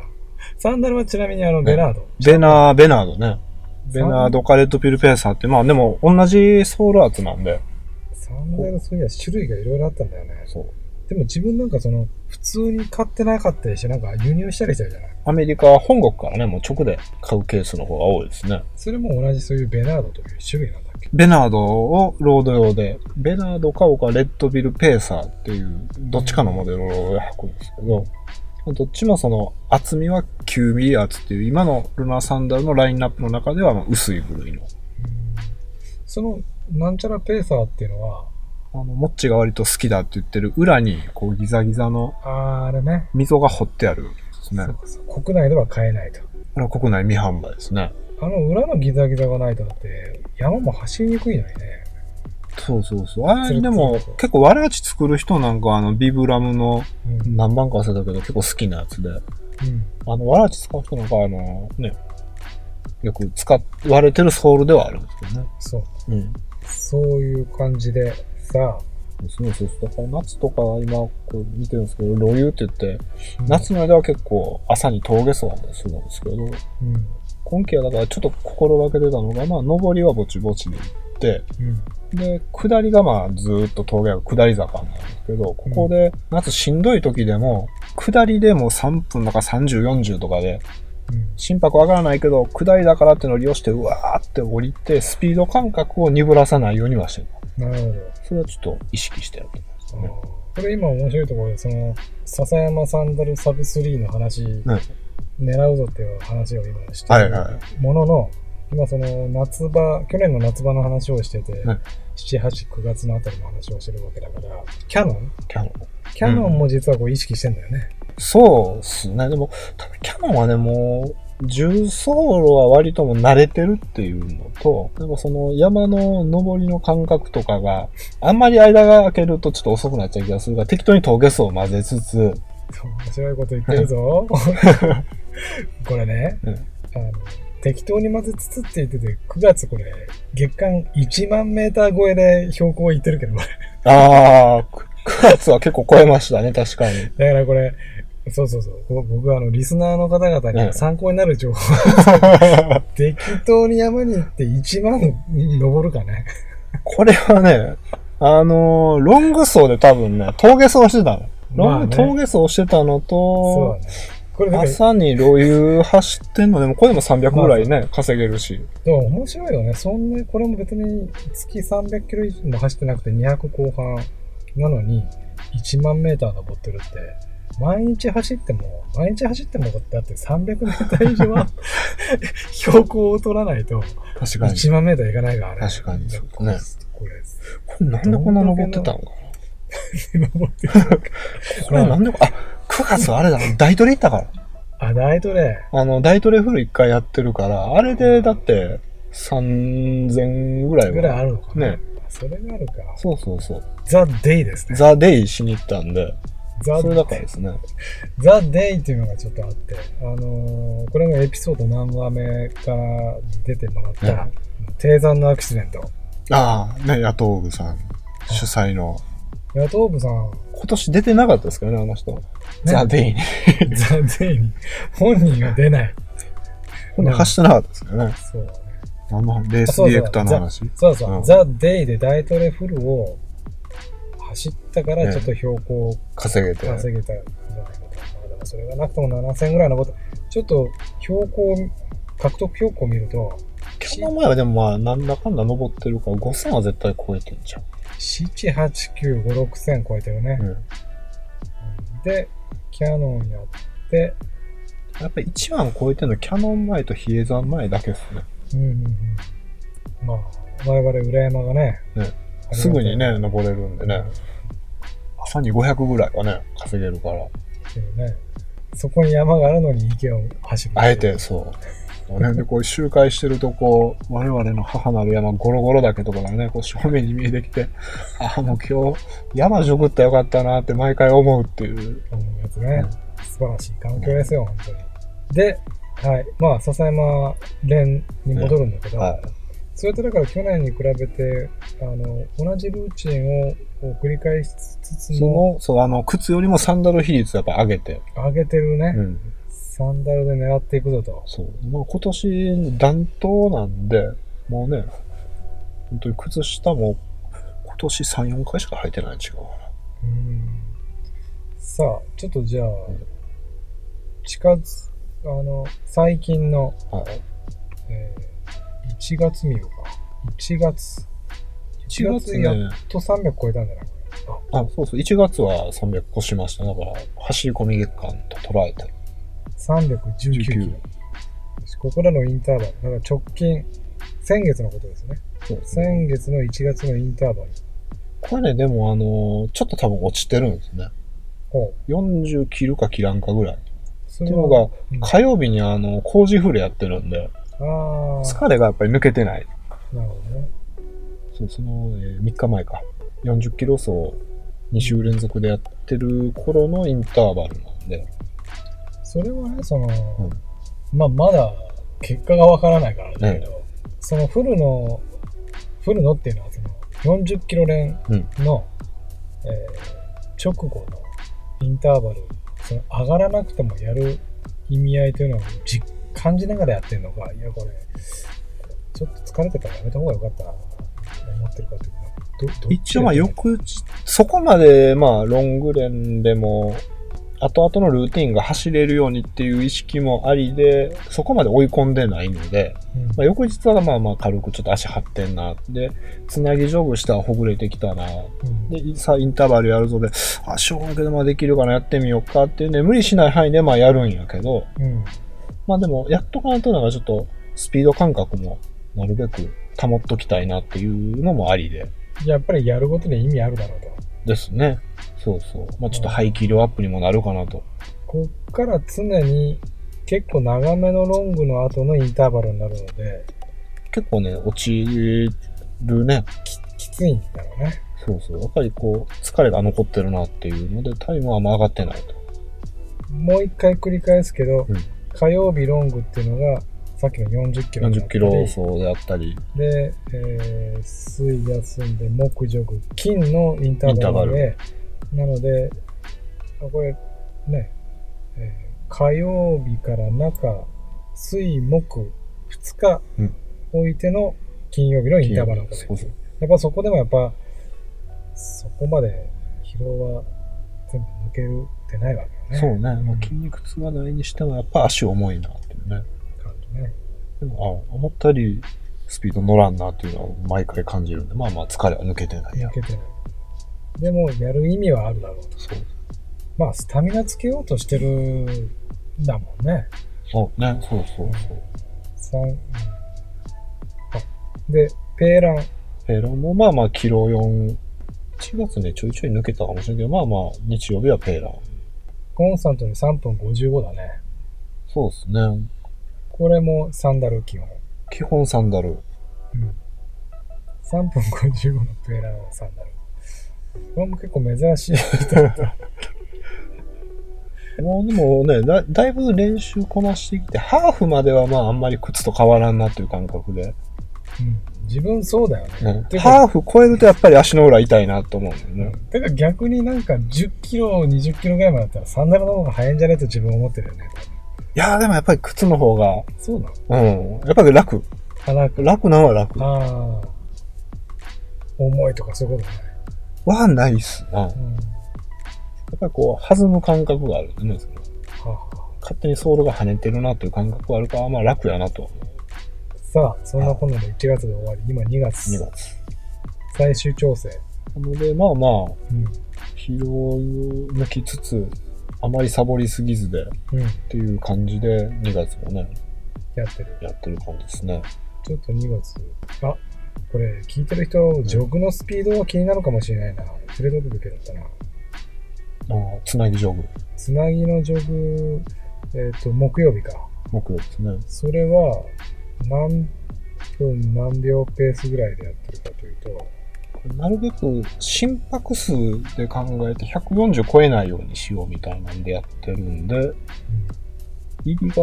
サンダルはちなみにあの、ベナード。
ベナー、ベナードね。ベナード、カレットピルペーサーって、まあでも同じソールアーツなんで。
サンダルそういや種類がいろいろあったんだよね。
そう。
でも自分なんかその、普通に買ってなかったりして、なんか輸入したりしてるじゃない
アメリカは本国からね、もう直で買うケースの方が多いですね。
それも同じそういうベナードという種類なんだっけ
ベナードをロード用で、ベナードかオかレッドビルペーサーっていう、どっちかのモデルを履くんですけど、どっちもその厚みは9ミリ厚っていう、今のルナーサンダルのラインナップの中ではまあ薄い部類の。
その、なんちゃらペーサーっていうのは、
あの、モッチが割と好きだって言ってる裏に、こうギザギザの
あーあれね。
溝が掘ってあるんですね
そ。うかそう国内では買えないと。
あれ国内未販売ですね。
あの裏のギザギザがないとだって、山も走りにくいのにね。
そうそうそう。あ
ツル
れ
ツ
で
ル
も結構わらあち作る人なんかあのビブラムの
うん。
何番か忘れたけど結構好きなやつで。あのわらあち使う人なんかあのね、よく使っ割れてるソールではあるんですけどね。
そう。
うん。
そういう感じで、さあ、
そうそうそう。だから夏とか今こう見てるんですけど、ロユって言って、
うん
夏の間は結構朝に峠走なんでするんですけど、
うん。
今季はだからちょっと心がけてたのが、まあ上りはぼちぼちで行って、
うん。
で、下りがまあずーっと峠が下り坂なんですけど、ここで夏しんどい時でも、下りでもう3分だから30、40とかで、
うん。
心拍わからないけど、下りだからっていうのを利用して、うわーって降りて、スピード感覚を鈍らさないようにはしてる。
なるほ
それはちょっと意識してやってます
ど。
ね。
これ今面白いところで、その、笹山サンダルサブ3の話、狙うぞっていう話を今してるものの、今その夏場、去年の夏場の話をしてて、
はい
7、8、9月のあたりの話をしてるわけだから、キャノン
キャノン。
キャノンも実はこう意識してんだよね。
そうっすね。でも、多分キャノンはね、もう、重走路は割ともう慣れてるっていうのと、なんかその山の登りの感覚とかが、あんまり間が空けるとちょっと遅くなっちゃう気がするが、適当に峠層を混ぜつつ、
そう面白いこと言ってるぞ。 これね、
うん
あの、適当に混ぜつつって言ってて、9月これ、月間1万メーター超えで標高行ってるけど、これ
ああ、9月は結構超えましたね、確かに。
だからこれ、そうそうそう。こ僕はあの、リスナーの方々
うん
に参考になる情報、 適当に山に行って1万登るか ね。
これはね、あのーロング走で多分ね、峠走してたの。ロン
まあね
峠走してたの
そう
と、
だね。これだから、
朝に路遊走ってんのでも、これでも300ぐらいね、稼げるし。
でも面白いよね。そんな、これも別に月300キロ以上も走ってなくて200後半なのに1万メーター登ってるって、毎日走っても、毎日走ってもだって300メーター以上 は標高を取らないと
確かに。
1万メーターいかないからね。
確かにそうね
これ、
これなんでこんな登ってたのかな
登ってる。
これなんでこ、あ、9月あれだ、大トレ行ったから。
あ、大トレ。
あの、大トレフル1回やってるから、あれでだって3000ぐらい
ぐらい
は。
あるのかな。
ね
それがあるか。
そうそうそう。
ザ・デイですね。
ザ・デイしに行ったんで、
ザ・
それだからですね。
ザ・デイっていうのがちょっとあって、あのーこれがエピソード何話目かに出てもらった、
うん
低山のアクシデント。
ああ、ね、野党部さん主催の。
野党部さん、
今年出てなかったですからね、あの人。ザ・デイに。
ザ・デイに 本人が出ない。
これ走ってなかったですからね。
そうだね。
あの、レースディレクターの話。
そうそう、
うん
ザ・デイで大トレフルを走ったか
ね
らちょっと標高を
稼げて。
稼げたんじゃないかと。まあでもそれがなくとも7000ぐらいのこと。ちょっと標高獲得標高を見ると、
去年前はでもまあ、なんだかんだ登ってるから、5000は絶対超えてんじゃん。
7、8、9、5、6000超えてるね。
うん。
で、キャノンやって、
やっぱり1万超えてんの、キャノン前と比叡山前だけですね。
うんうんうん。まあ、我々裏山がね、
ね
ありがたい
すぐにね、登れるんでね。朝に500ぐらいはね、稼げるから。
けどね。そこに山があるのに池を走る。
あえて、そう。俺でこう周回してるとこう、我々の母なる山、ゴロゴロ岳とかがね、こう正面に見えてきて、ああ、もう今日、山しょくったらよかったなって毎回思うっていう。
思うやつね。素晴らしい環境ですよ、本当に。で、はい。まあ、笹山連に戻るんだけど、
はい。
それとだから去年に比べて、あの、同じルーチンをこう繰り返しつつ
そ
も、
の、そう、あの、靴よりもサンダル比率やっぱ上げて。
上げてるね、
うん。
サンダルで狙っていくぞと。
そう。まあ今年、暖冬なんで、もうね、本当に靴下も今年3、4回しか履いてないん違うか
うんさあ、ちょっとじゃあ、近づ、あの、最近の、
な。はい。
えー1月見ようか。1月。1
1
月
月
やっ
ね、
と300超えたんじゃないこ
あ、そうそう、1月は300個しました。だから、走り込み月間と捉えて。
れ。319キロ。よしここらのインターバル。だから直近、先月のことですね。
そうですね。
先月の1月のインターバル。
これね、でもあのーちょっと多分落ちてるんですね。
ほう。
40切るか切らんかぐらい。っ
それ
ていう
は
のが、火曜日にあの、工事フルやってるんで、
うん、ああ、
疲れがやっぱり抜けてない。
なるほどね。
そう、その、えー3日前か。40キロ走を2週連続でやってる頃のインターバルなんで。
それはね、その、
うん
まあ、まだ結果がわからないからだけど、そのフルの、フルのっていうのは、その40キロ連の、えー直後のインターバル、その上がらなくてもやる意味合いというのを実感じながらやってるのか、いや、これ、ちょっと疲れてたからやめた方がよかったな、思ってるかというか、どどっち
一応まあ
だよね
翌日、そこまでまあロングレンでも、後々のルーティンが走れるようにっていう意識もありで、そこまで追い込んでないので、
うん
まあ、翌日はまあまあ軽くちょっと足張ってんな。で、つなぎ上部したらほぐれてきたな。
うん
で、さあインターバルやるぞで、あ、しょうがないけどまあできるかな、やってみようかっていうね、無理しない範囲でまあやるんやけど、
うん
まあでも、やっとかなとなんかちょっとスピード感覚もなるべく保っときたいなっていうのもありで。
やっぱりやることに意味あるだろうと。
ですね。そうそう。まあちょっと排気量アップにもなるかなと。
こっから常に結構長めのロングの後のインターバルになるので、
結構ね、落ちるね。
きついんだろうね。
そうそう。やっぱりこう、疲れが残ってるなっていうので、タイムはあんま上がってないと。
もう一回繰り返すけど、
うん
火曜日ロングっていうのが、さっきの40キロになっ
40
た
キ
り
ロ走であったり、
で、えー、水休んで、木上金のインターバルで、なので、あこれ、ね、えー火曜日から中、水、木、2日
うん
置いての金曜日のインターバルのことです
そうそう。
やっぱそこでもやっぱ、そこまで疲労は全部抜けるってないわけよね。
そうね。ま
ん
あ筋肉痛がないにしても、やっぱ足重いなっていうね。
感じね。
でも、あ、思ったよりスピード乗らんなっていうのは毎回感じるんで、まあまあ疲れは抜けてないや
抜。けてない。でも、やる意味はあるだろうと。
そう。
まあ、スタミナつけようとしてるんだもんね。
そうね。そうそうそう。
三うんあで、ペーラン。
ペロもまあまあキロ4、1月ね、ちょいちょい抜けたかもしれんけど、まあまあ日曜日はペーラー。
コンスタントに3分55だね。
そうですね。
これもサンダル基本。
基本サンダル。
うん。3分55のペーランサンダル。これも結構珍しい。
もうでもねだ、だいぶ練習こなしてきて、ハーフまではまああんまり靴と変わらんなっていう感覚で。
うん。自分そうだよね。
ね
て、か
ハーフ超えるとやっぱり足の裏痛いなと思うんだよね。
だから逆になんか10キロ、20キロぐらいまでだったらサンダルの方が早いんじゃねえと自分思ってるよね。
いやーでもやっぱり靴の方が、
そうなの
うん、やっぱり楽。
鼻く。
楽なのは楽。
ああ。重いとかそういうことね。
はないっすな。や
うん。
っぱりこう、弾む感覚があるよね。その
はあはあ
勝手にソールが跳ねてるなという感覚はあるから、まあ楽やなと。
さあ、そんなこんなで1月で終わり、今2月、
2月。
最終調整。
なので、まあまあ、
うん。
疲労を抜きつつ、あまりサボりすぎずでっ
うん。
ていう感じで、2月もね、
やってる。
やってる感じですね。
ちょっと2月。あ、これ、聞いてる人、ジョグのスピードは気になるかもしれないな。連れてくべきだったな。
ああ、つなぎ上手。
つなぎのジョグ、えっ、と、木曜日か。
木曜ですね。
それは、何分何秒ペースぐらいでやってるかというと、
なるべく心拍数で考えて140超えないようにしようみたいなんでやってるんで、入りが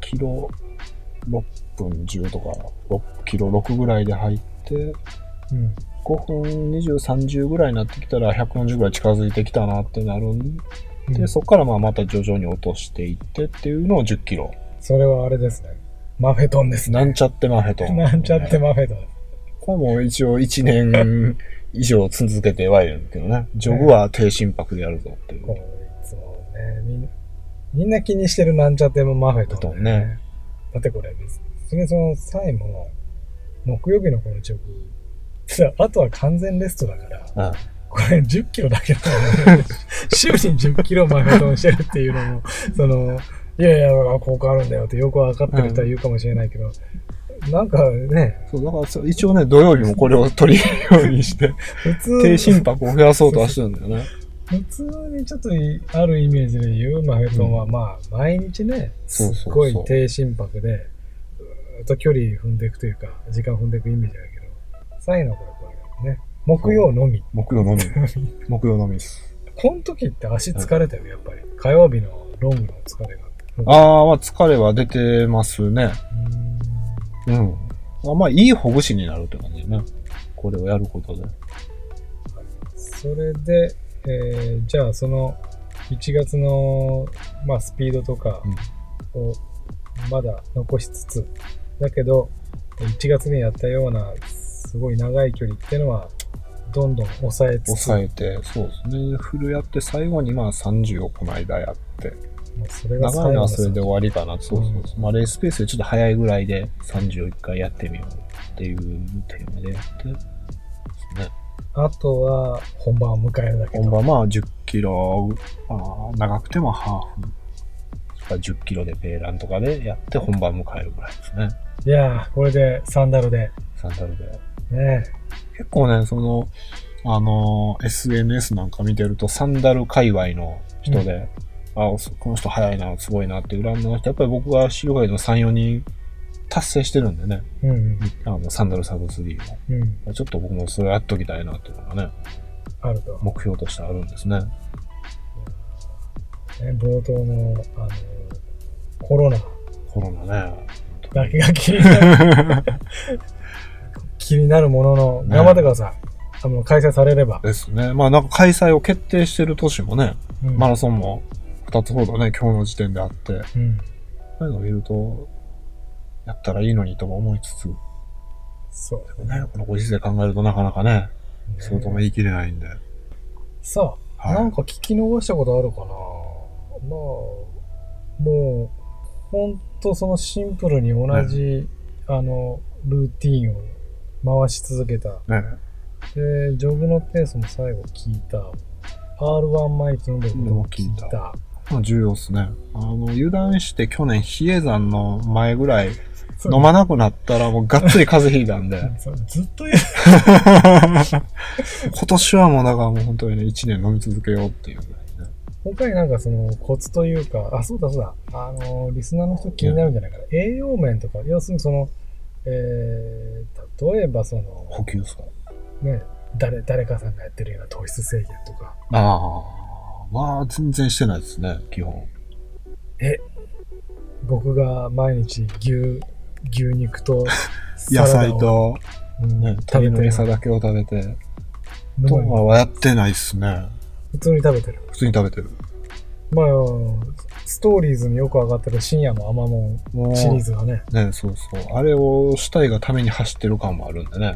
キロ6分10とか、6キロ6ぐらいで入って、
うん。
5分20、30ぐらいになってきたら140ぐらい近づいてきたなってなるんで、
うん
そこからまあまた徐々に落としていってっていうのを10キロ。
それはあれですね。マフェトンですね。
なんちゃってマフェトン。
なんちゃってマフェトン。
これも一応1年 以上続けてはいるんだけどね。ジョグは低心拍でやるぞっていう。
こういつもね、みんな、みんな気にしてるなんちゃってもマフェトンだよ
マフェトンね。
だってこれ別に、その際も、木曜日のこの直、 あとは完全レストだから、
うん
これ10キロだけだからね 週に10キロマラソンしてるっていうのも、その、いやいや、効果あるんだよってよくわかってる人は言うかもしれないけど、なんかね、
そう、だからそう一応ね、土曜日もこれを取り入れるようにして、
普通、
低心拍を増やそうとはしてるんだよね。
普通にちょっといあるイメージで言うマフェトンは、まあ、毎日ね、す
そう
っ
そうそう
ごい低心拍で、ずーっと距離踏んでいくというか、時間踏んでいくイメージだけど、サイのこれ、これね、木曜のみ。
木曜のみ。 木曜のみです。
この時って足疲れてる、やっぱり。火曜日のロングの疲れが。
ああ、まあ疲れは出てますね。
うーん
うん。あまあいいほぐしになるって感じだね。これをやることで。
それで、えーじゃあその1月の、まあ、スピードとかをまだ残しつつ、だけど1月にやったようなすごい長い距離ってのはどんどん抑えつつ、
抑えて、そうですね。フルやって最後にまあ30をこの間やって。
もうそれが
長い
最後
のは
の
それで終わりかな。そうそうそう。まあレースペースでちょっと早いぐらいで30を一回やってみようっていうテーマでやって。ですね。
あとは本番を迎えるだけ
本
と。
番まあ10キロ、まあ、長くてもハーフ。それから10キロでペーランとかでやって本番迎えるぐらいですね。
いやー、これでサンダルで。
サンダルで。
ね
結構ね、その、あのー、SNS なんか見てるとサンダル界隈の人で、あおそこの人早いな、すごいなっていうランナーの人、やっぱり僕が知る限りの3、4人達成してるんでね、
え。うん
あのサンダルサブスリー
うん。うん。
も。ちょっと僕もそれやっときたいなっていうのがね、
あると。
目標としてあるんですね。
ね、冒頭の、あの、コロナ
コロナね。
だけが気になる。 気になるものの、
ね
頑張ってください。あの、開催されれば。
ですね。まあなんか開催を決定してる都市もね、
うん
マラソンも2つほどね、今日の時点であって、
うん。
そういうのを見ると、やったらいいのにとも思いつつ、ね、
そう。
このご時世考えるとなかなかね、仕事
ね
も言い切れないんで。
さあ、な
は
ん
い。
か聞き逃したことあるかなまあ、もう、ほんとそのシンプルに同じ、あの、ルーティンを回し続けた。
ね、
で、ジョグのペースも最後聞いた。R1 マイクのことも聞い
聞い
た。
まあ重要ですね。あの、油断して去年、比叡山の前ぐらい
そう
飲まなくなったらもうがっつり風邪ひいた んで。
そうずっと言う。
今年はもうだからもう本当にね、1年飲み続けようっていうぐらいね。
今回なんかそのコツというか、あ、そうだそうだ、あの、リスナーの人気になるんじゃないかな。栄養面とか、要するにその、えー、例えばその、
補給ですか
ね、誰、誰かさんがやってるような糖質制限とか、
ああ、まあ全然してないですね、基本。
僕が毎日牛、牛肉と
野
サラ
菜
ダを、
と、
うん
ね、
食べて
鳥の
る
餌だけを食べて、
の
と
も
はやってないっすね。
普通に食べてる。
普通に食べてる。
まあ、ストーリーズによく上がってる深夜のアマモ
も
ンシリーズがね、
ね、そうそう。あれをしたいがために走ってる感もあるんでね。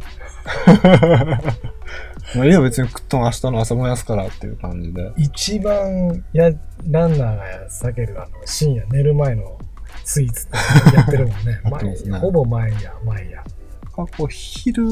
まあいや別に食っとん明日の朝燃やすからっていう感じで。
一番や、ランナーが避けるあの深夜寝る前のスイーツってやってるも んね。
やってますね
毎ほぼ毎夜、毎夜。
過去昼、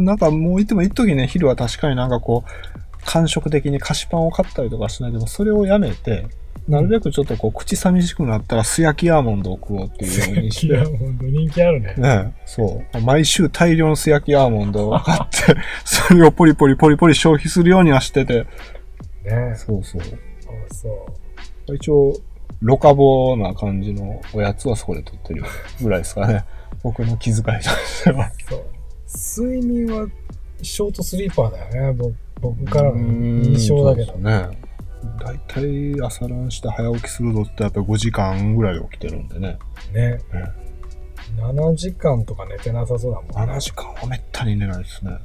なんかもういつも一時ね、昼は確かになんかこう、感触的に菓子パンを買ったりとかしないでも、それをやめて、なるべくちょっとこう、口寂しくなったら素焼きアーモンドを食おうっていうようにし
い
て
や、。ほんと人気あるね。
ねえ、そう。毎週大量の素焼きアーモンドを買って、それをポリポリポリポリ消費するようにはしてて。
ね
そうそ
そ
う。
うそう。
一応、ロカボな感じのおやつはそこで取ってるぐらいです かね。僕の気遣いとしては。
そう。睡眠はショートスリーパーだよね。ぼ僕からの印象だけど。
うんそうですね。だいたい朝ランして早起きするのってやっぱり5時間ぐらいで起きてるんでね。
ね
ね。
7時間とか寝てなさそうだもんね
7。時間はめったに寝ないですね。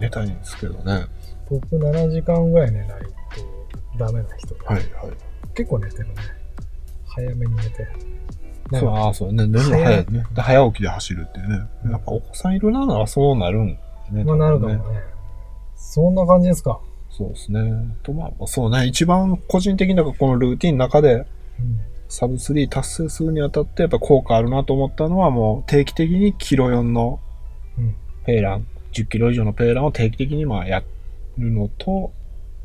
寝たいんですけどね。
僕7時間ぐらい寝ないとダメな人、
はいはい。
結構寝てるね。早めに寝て。なん
そう、
か
ああ、そうね。寝るの早いね。で早起きで走るってね。やっぱお子さんいるならそうなるんですね。
まあなるかもね。そんな感じですか。
そうですね。と、まあ、そうね。一番個人的なこのルーティンの中で、
うん。
サブ3達成するにあたって、やっぱ効果あるなと思ったのは、もう定期的にキロ4の
うん
ペーラン、10キロ以上のペーランを定期的にまあやるのと、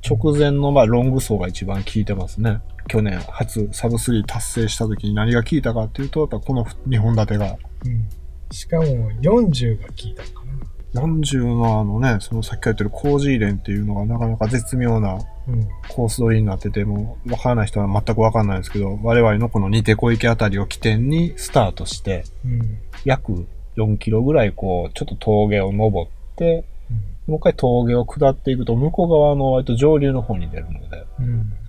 直前のまあロング走が一番効いてますね。去年初サブ3達成した時に何が効いたかっていうと、やっぱこの2本立てが、
うん。しかも40が効いたのかな。
40のあのね、そのさっきから言ってるコージーレンっていうのがなかなか絶妙な
うん。
コース取りになってても、わからない人は全くわかんないんですけど、我々のこのニテコ池あたりを起点にスタートして、
うん。うん。
約4キロぐらいこう、ちょっと峠を登って、もう一回峠を下っていくと、向こう側の割と上流の方に出るので、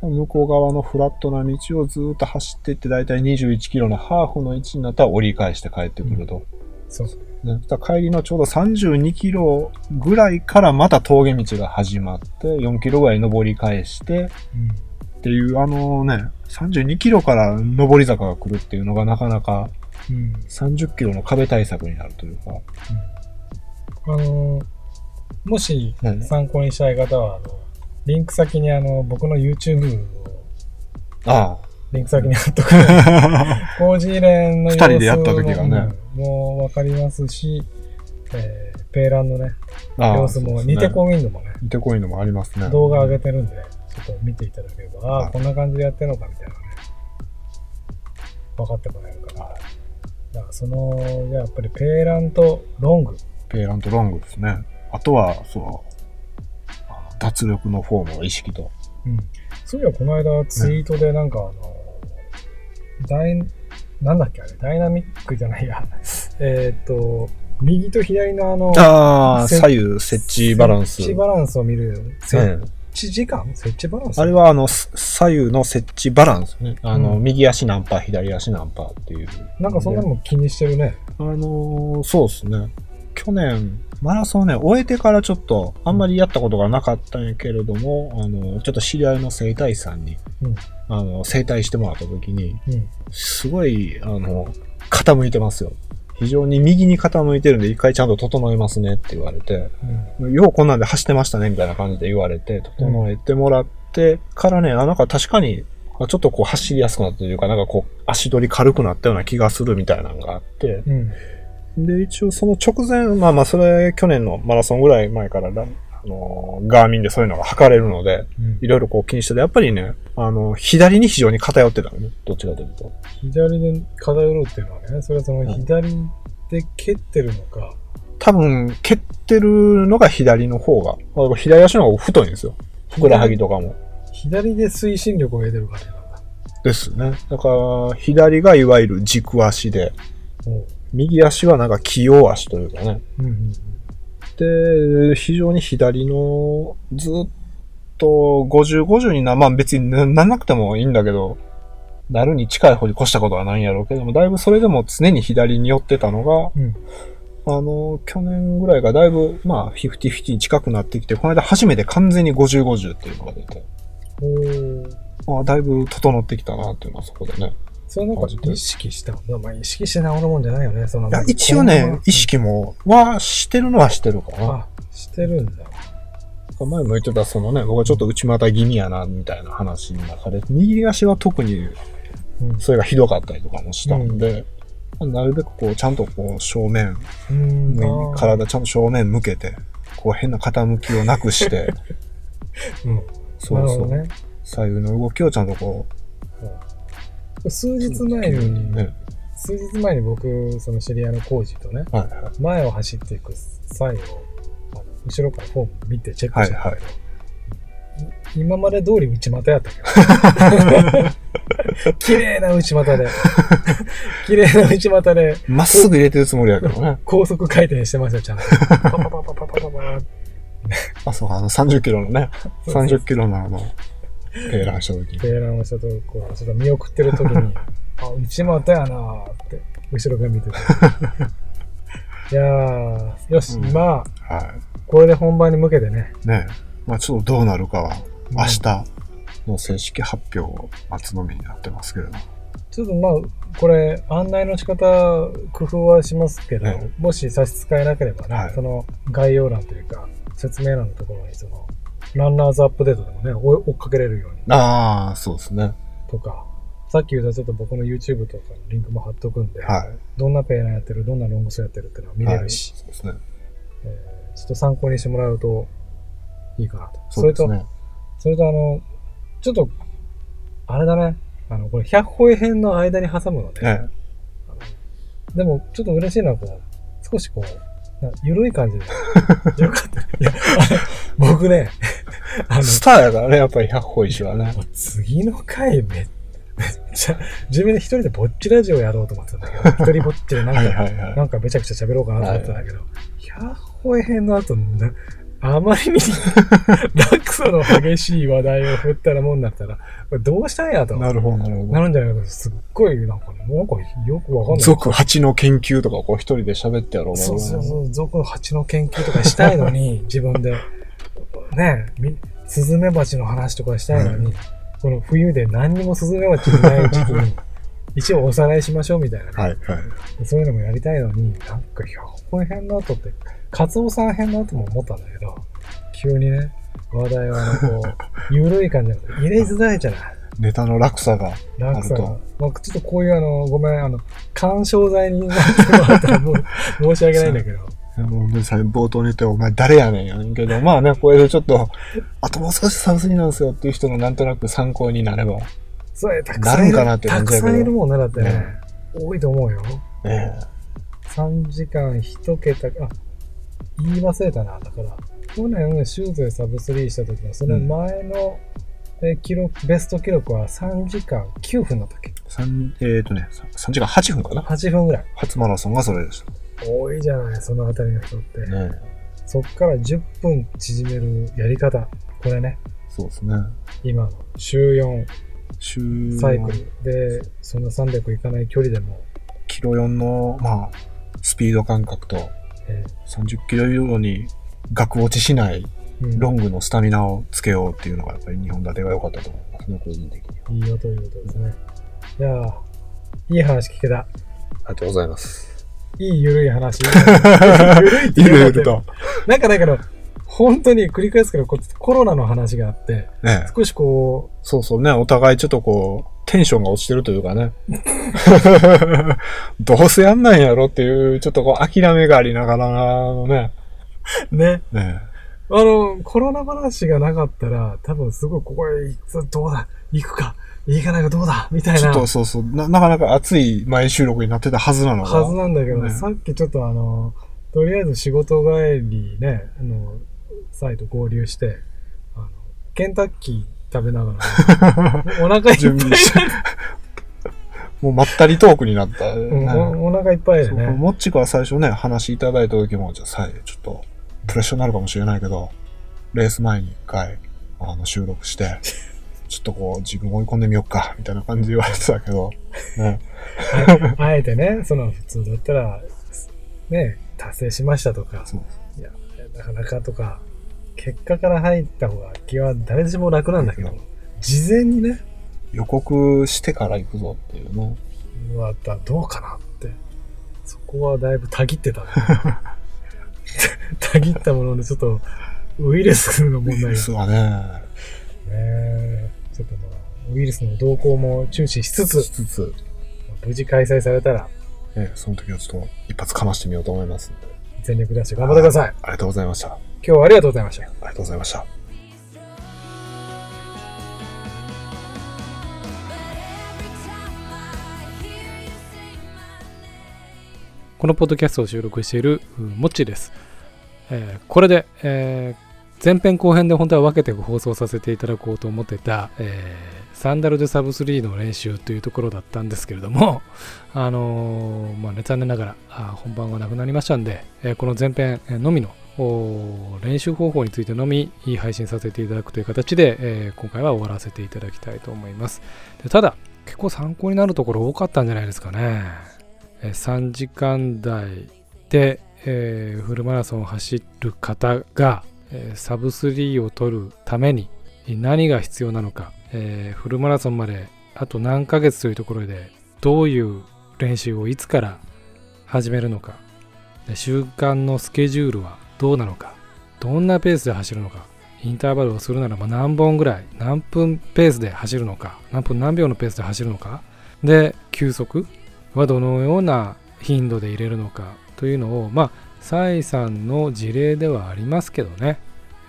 うん。
向こう側のフラットな道をずーっと走っていって、だいたい21キロのハーフの位置になったら折り返して帰ってくると。
そう。
ねだから帰りのちょうど32キロぐらいからまた峠道が始まって、4キロぐらい登り返して、
うん。
っていう、あのね、32キロから上り坂が来るっていうのがなかなか
うん。
30キロの壁対策になるというか。
あのーもし
はい
参考にしたい方は、あの、リンク先にあの、僕の YouTube を
あ
リンク先に貼っとく。
あ。
コージーレンの
二人でやった時がね
うんもうわかりますし、えー、ペーランのね、
ああ
様子も、ニテ。コウィンドもね、
似てこいのもありますね。
動画上
げ
げてるんで、ちょっと見ていただければ、あ
は
あ、
い
こんな感じでやってるのかみたいなね、分かってもらえるかな。だからその、じゃあやっぱりペーランとロング、
ペーランとロングですね。あとは、そう、あの脱力のフォームの意識と。
うん。そういえばこの間ツイートでなんかあの、ダイ、なんだっけあれ、ダイナミックじゃないや。 えーっと、右と左のあの、
あ
あ
左右設置バランス。
設置バランスを見る。設
ええ
置時間設置バランス
あれは、あの、す左右の設置バランスね。あの、
うん
右足何パー、左足何パーっていう。
なんかそんなのも気にしてるね。
あのーそうですね。去年、マラソンね、終えてからちょっと、あんまりやったことがなかったんやけれども、あの、ちょっと知り合いの整体師さんに、
うん
あの、整体してもらった時に、
うん。
すごい、あの、傾いてますよ。非常に右に傾いてるんで、一回ちゃんと整えますねって言われて、ようこんなんで走ってましたね、みたいな感じで言われて、整えてもらってからね、あ、なんか確かに、あちょっとこう走りやすくなったというか、なんかこう足取り軽くなったような気がするみたいなのがあって、
うん。
で、一応その直前、まあまあ、それ、去年のマラソンぐらい前からラン、あのー、ガーミンでそういうのが測れるので、
うん
いろいろこう気にしてて、やっぱりね、あの、左に非常に偏ってたのね、どっちかというと。
左で偏るっていうのはね、それはその
はい
左で蹴ってるのか、
多分、蹴ってるのが左の方が、まあ左足の方が太いんですよ。ふくらはぎとかも。
左で推進力を得てるからなんだ。
ですね。だから、左がいわゆる軸足で、
おう
右足はなんか器用足というかね。
うんうん
で、非常に左の、ずっと50、50にな、まあ別にななんなくてもいいんだけど、なるに近い方に越したことはないんやろうけども、だいぶそれでも常に左に寄ってたのが、
うん。
あの、去年ぐらいがだいぶ、まあ、50-50近くなってきて、この間初めて完全に50-50っていうのが出て、
うん。おー
あだいぶ整ってきたなっていうのはそこでね。
それなんか意識したもんまあ意識して治るもんじゃないよね。その
いや一応ね、意。識も、は、してるのはしてるか
うん
な。
あ、してるんだ。
前も言ってた、そのね、僕はちょっと内股気味やな、みたいな話の中で、右足は特に
うん
それがひどかったりとかもしたんで、なるべくこう、ちゃんとこう、正面、
うんあー
体ちゃんと正面向けて、こう、変な傾きをなくして、
うん。
そうそ
なるほど
う、
ね。
左右の動きをちゃんとこう、
数日前に、
ね、
数日前に僕、その知り合いのコージとね、
はいはい。
前を走っていく際を、あの後ろからフォーム見てチェックしてたんだけど、今まで通り内股やったけど。綺麗な内股で。綺麗な内股で、
まっすぐ入れてるつもりやけどね。
高速回転してましたよ、ちゃんと。パパパパパパパパ
あ、そう、あの、30キロのね、
そうそう
30キロのあの、ペーラーし た時に。
ベーラーの人とこう、ちょっと見送ってる時に、あ、内股やなーって、後ろから見てた。いやー、よし、
うん
まあ、
は
これで本番に向けてね。
い。ねまあちょっとどうなるかは、
うん
明日の正式発表を待つのみになってますけれども。
ちょっとまあ、これ、案内の仕方、工夫はしますけど、
はい
もし差し支えなければね、
はい
その概要欄というか、説明欄のところに、その、ランナーズアップデートでもね、追い追っかけれるように
ああ、そうですね。
とか、さっき言ったちょっと僕の YouTube とかのリンクも貼っとくんで、
はい。
どんなペーラーやってる、どんなロングスローやってるっていうのは見れるし、
はいそうですね。
えーちょっと参考にしてもらうといいかなと。そ
そう
れ
です
と、
ね。
それとあの、ちょっと、あれだね、あの、これ、百歩編の間に挟むので、
ね
でも、ちょっと嬉しいのは、こう、少しこう、な緩い感 じで。よかった。いや、あの僕ね、あ
スターやからね、やっぱり百歩石はね。
の、次の回めっちゃ、自分で一人でぼっちラジオやろうと思ってたんだけど、一人ぼっちでなんか、
はいはいは
なんかめちゃくちゃ喋ろうかなと思ってたんだけど、百歩編の後な、あまりに落差の激しい話題を振ったらもんだったら、これどうしたんやと。
い。なるほど、なるほ
なるんじゃないかと、すっごい、なんかね、なんかよくわかんな
ど。
い。
俗蜂の研究とかをこう一人で喋ってやろう
そうそう
う。
そう、俗の蜂の研究とかしたいのに、自分で。ねえみスズメバチの話とかしたいのに、この冬で何にもスズメバチいない時期に、一応おさらいしましょうみたいなね、
はいはい。
そういうのもやりたいのに、なんか、いや、この辺の後って、カツオさん編の後も思ったんだけど、急にね、話題はあのこう、緩い感じなの入れづらいじゃない。
ネタの落差が。
なんか
あると
まあ、ちょっとこういうあの、ごめん、あの、干渉剤になってもらったらもう申し訳ないんだけど。
本当にさ、冒頭に言って、お前誰やねんやねん けど、まあね、これでちょっと、あともう少し寒すぎなんですよっていう人のなんとなく参考になれば。
それ、たくさんい
なるん
る。
かなって
た
感
く
じだけど
さんいるもんね、だってね。
ね
多いと思うよ。
ええ
3時間1桁、あ、言い忘れたな。だから、去年、シューズでサブスリーした時の、その前の、え記録、ベスト記録は3時間9分の時。
三えっ、とね、さ3時間8分かな
8分ぐらい。
初マラソンがそれでし
多いじゃない、そのあたりの人って。
た。ね
そっから10分縮めるやり方。これね、
そうですね。
今の週4。
週
サイクルで、そんな300いかない距離でも、
キロ4の、まあ、スピード感覚と、
え
30キロ以上に額落ちしない
ーうん
ロングのスタミナをつけようっていうのが、やっぱり日本立てが良かったと思いますね、個人的には。
いいよということですね。いやーいい話聞けた。
ありがとうございます。
いい緩い 話。
い
い
ろ
ろ
い
い
ろ
ろと
と。
なんかだけど、本当に繰り返すけど、こコロナの話があって、
ね
少しこ
そうそうね、お互いちょっとこう、テンションが落ちてるというかね。 どうせやんないやろっていう、ちょっとこう、諦めがありながらのね。
う、ね、
ね
あの、コロナ話がなかったら、多分すごいここへ行く、どうだ、行くか、行かないかどうだ、みたい
ちょ
な
っと
は
そうそうな、なかなか熱い前収録になってたはずなのが。
ずなんだけど、
ね
さっきちょっとあの、とりあえず仕事帰りね、あの、サイト合流して、あの、ケンタッキー食べなが ら、お腹いっぱい
準備して。もうまったりトークになった、ね
うんおお腹いっぱいで
そう
ね。
もっちくは最初ね、話いただいた時も、じゃあさちょっと、プレッシャーになるかもしれないけど、レース前に一回、あの、収録して、ちょっとこう、自分追い込んでみようか、みたいな感じで言われてたけど、ね、
ああえてね、その普通だったら、ね、達成しましたとか、
そう。
いや、なかなかとか、結果から入った方が気は誰でも楽なんだけど、事前にね、
予告してから行くぞっていうね。
うわだどうかなってそこはだいぶたぎってた ねたぎったものでちょっとウイルスの問題がね
ですわね。
えちょっとまあウイルスの動向も注視しつ
し
つ
つつ、
無事開催されたら
ええその時はちょっと一発かましてみようと思いますんで。
全力出して頑張ってください
ありがとうございました。あ
今日はありがとうございました
りがとうございました。
このポッドキャストを収録しているうんモッチーです、えーこれで、えー前編後編で本当は分けて放送させていただこうと思ってた、えーサンダルでサブ3の練習というところだったんですけれども、 あのーまあね、残念ながらあー本番はなくなりましたんで、えーこの前編えーのみのおー練習方法についてのみ配信させていただくという形で、えー今回は終わらせていただきたいと思います。でただ、結構参考になるところ多かったんじゃないですかね。えー3時間台で、えーフルマラソンを走る方が、えーサブ3を取るためにえー何が必要なのか、えーフルマラソンまであと何ヶ月というところでどういう練習をいつから始めるのかで習慣のスケジュールはどうなのかどんなペースで走るのかインターバルをするならば何本ぐらい何分ペースで走るのか何分何秒のペースで走るのかで休息はどのような頻度で入れるのかというのをまあサイさんの事例ではありますけどね、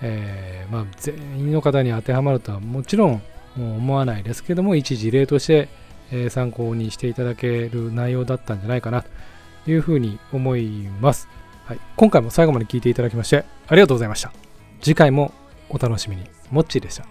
えーまあ、全員の方に当てはまるとはもちろんもう思わないですけども一事例として、えー参考にしていただける内容だったんじゃないかなというふうに思います、はい、今回も最後まで聞いていただきましてありがとうございました次回もお楽しみにもっちーでした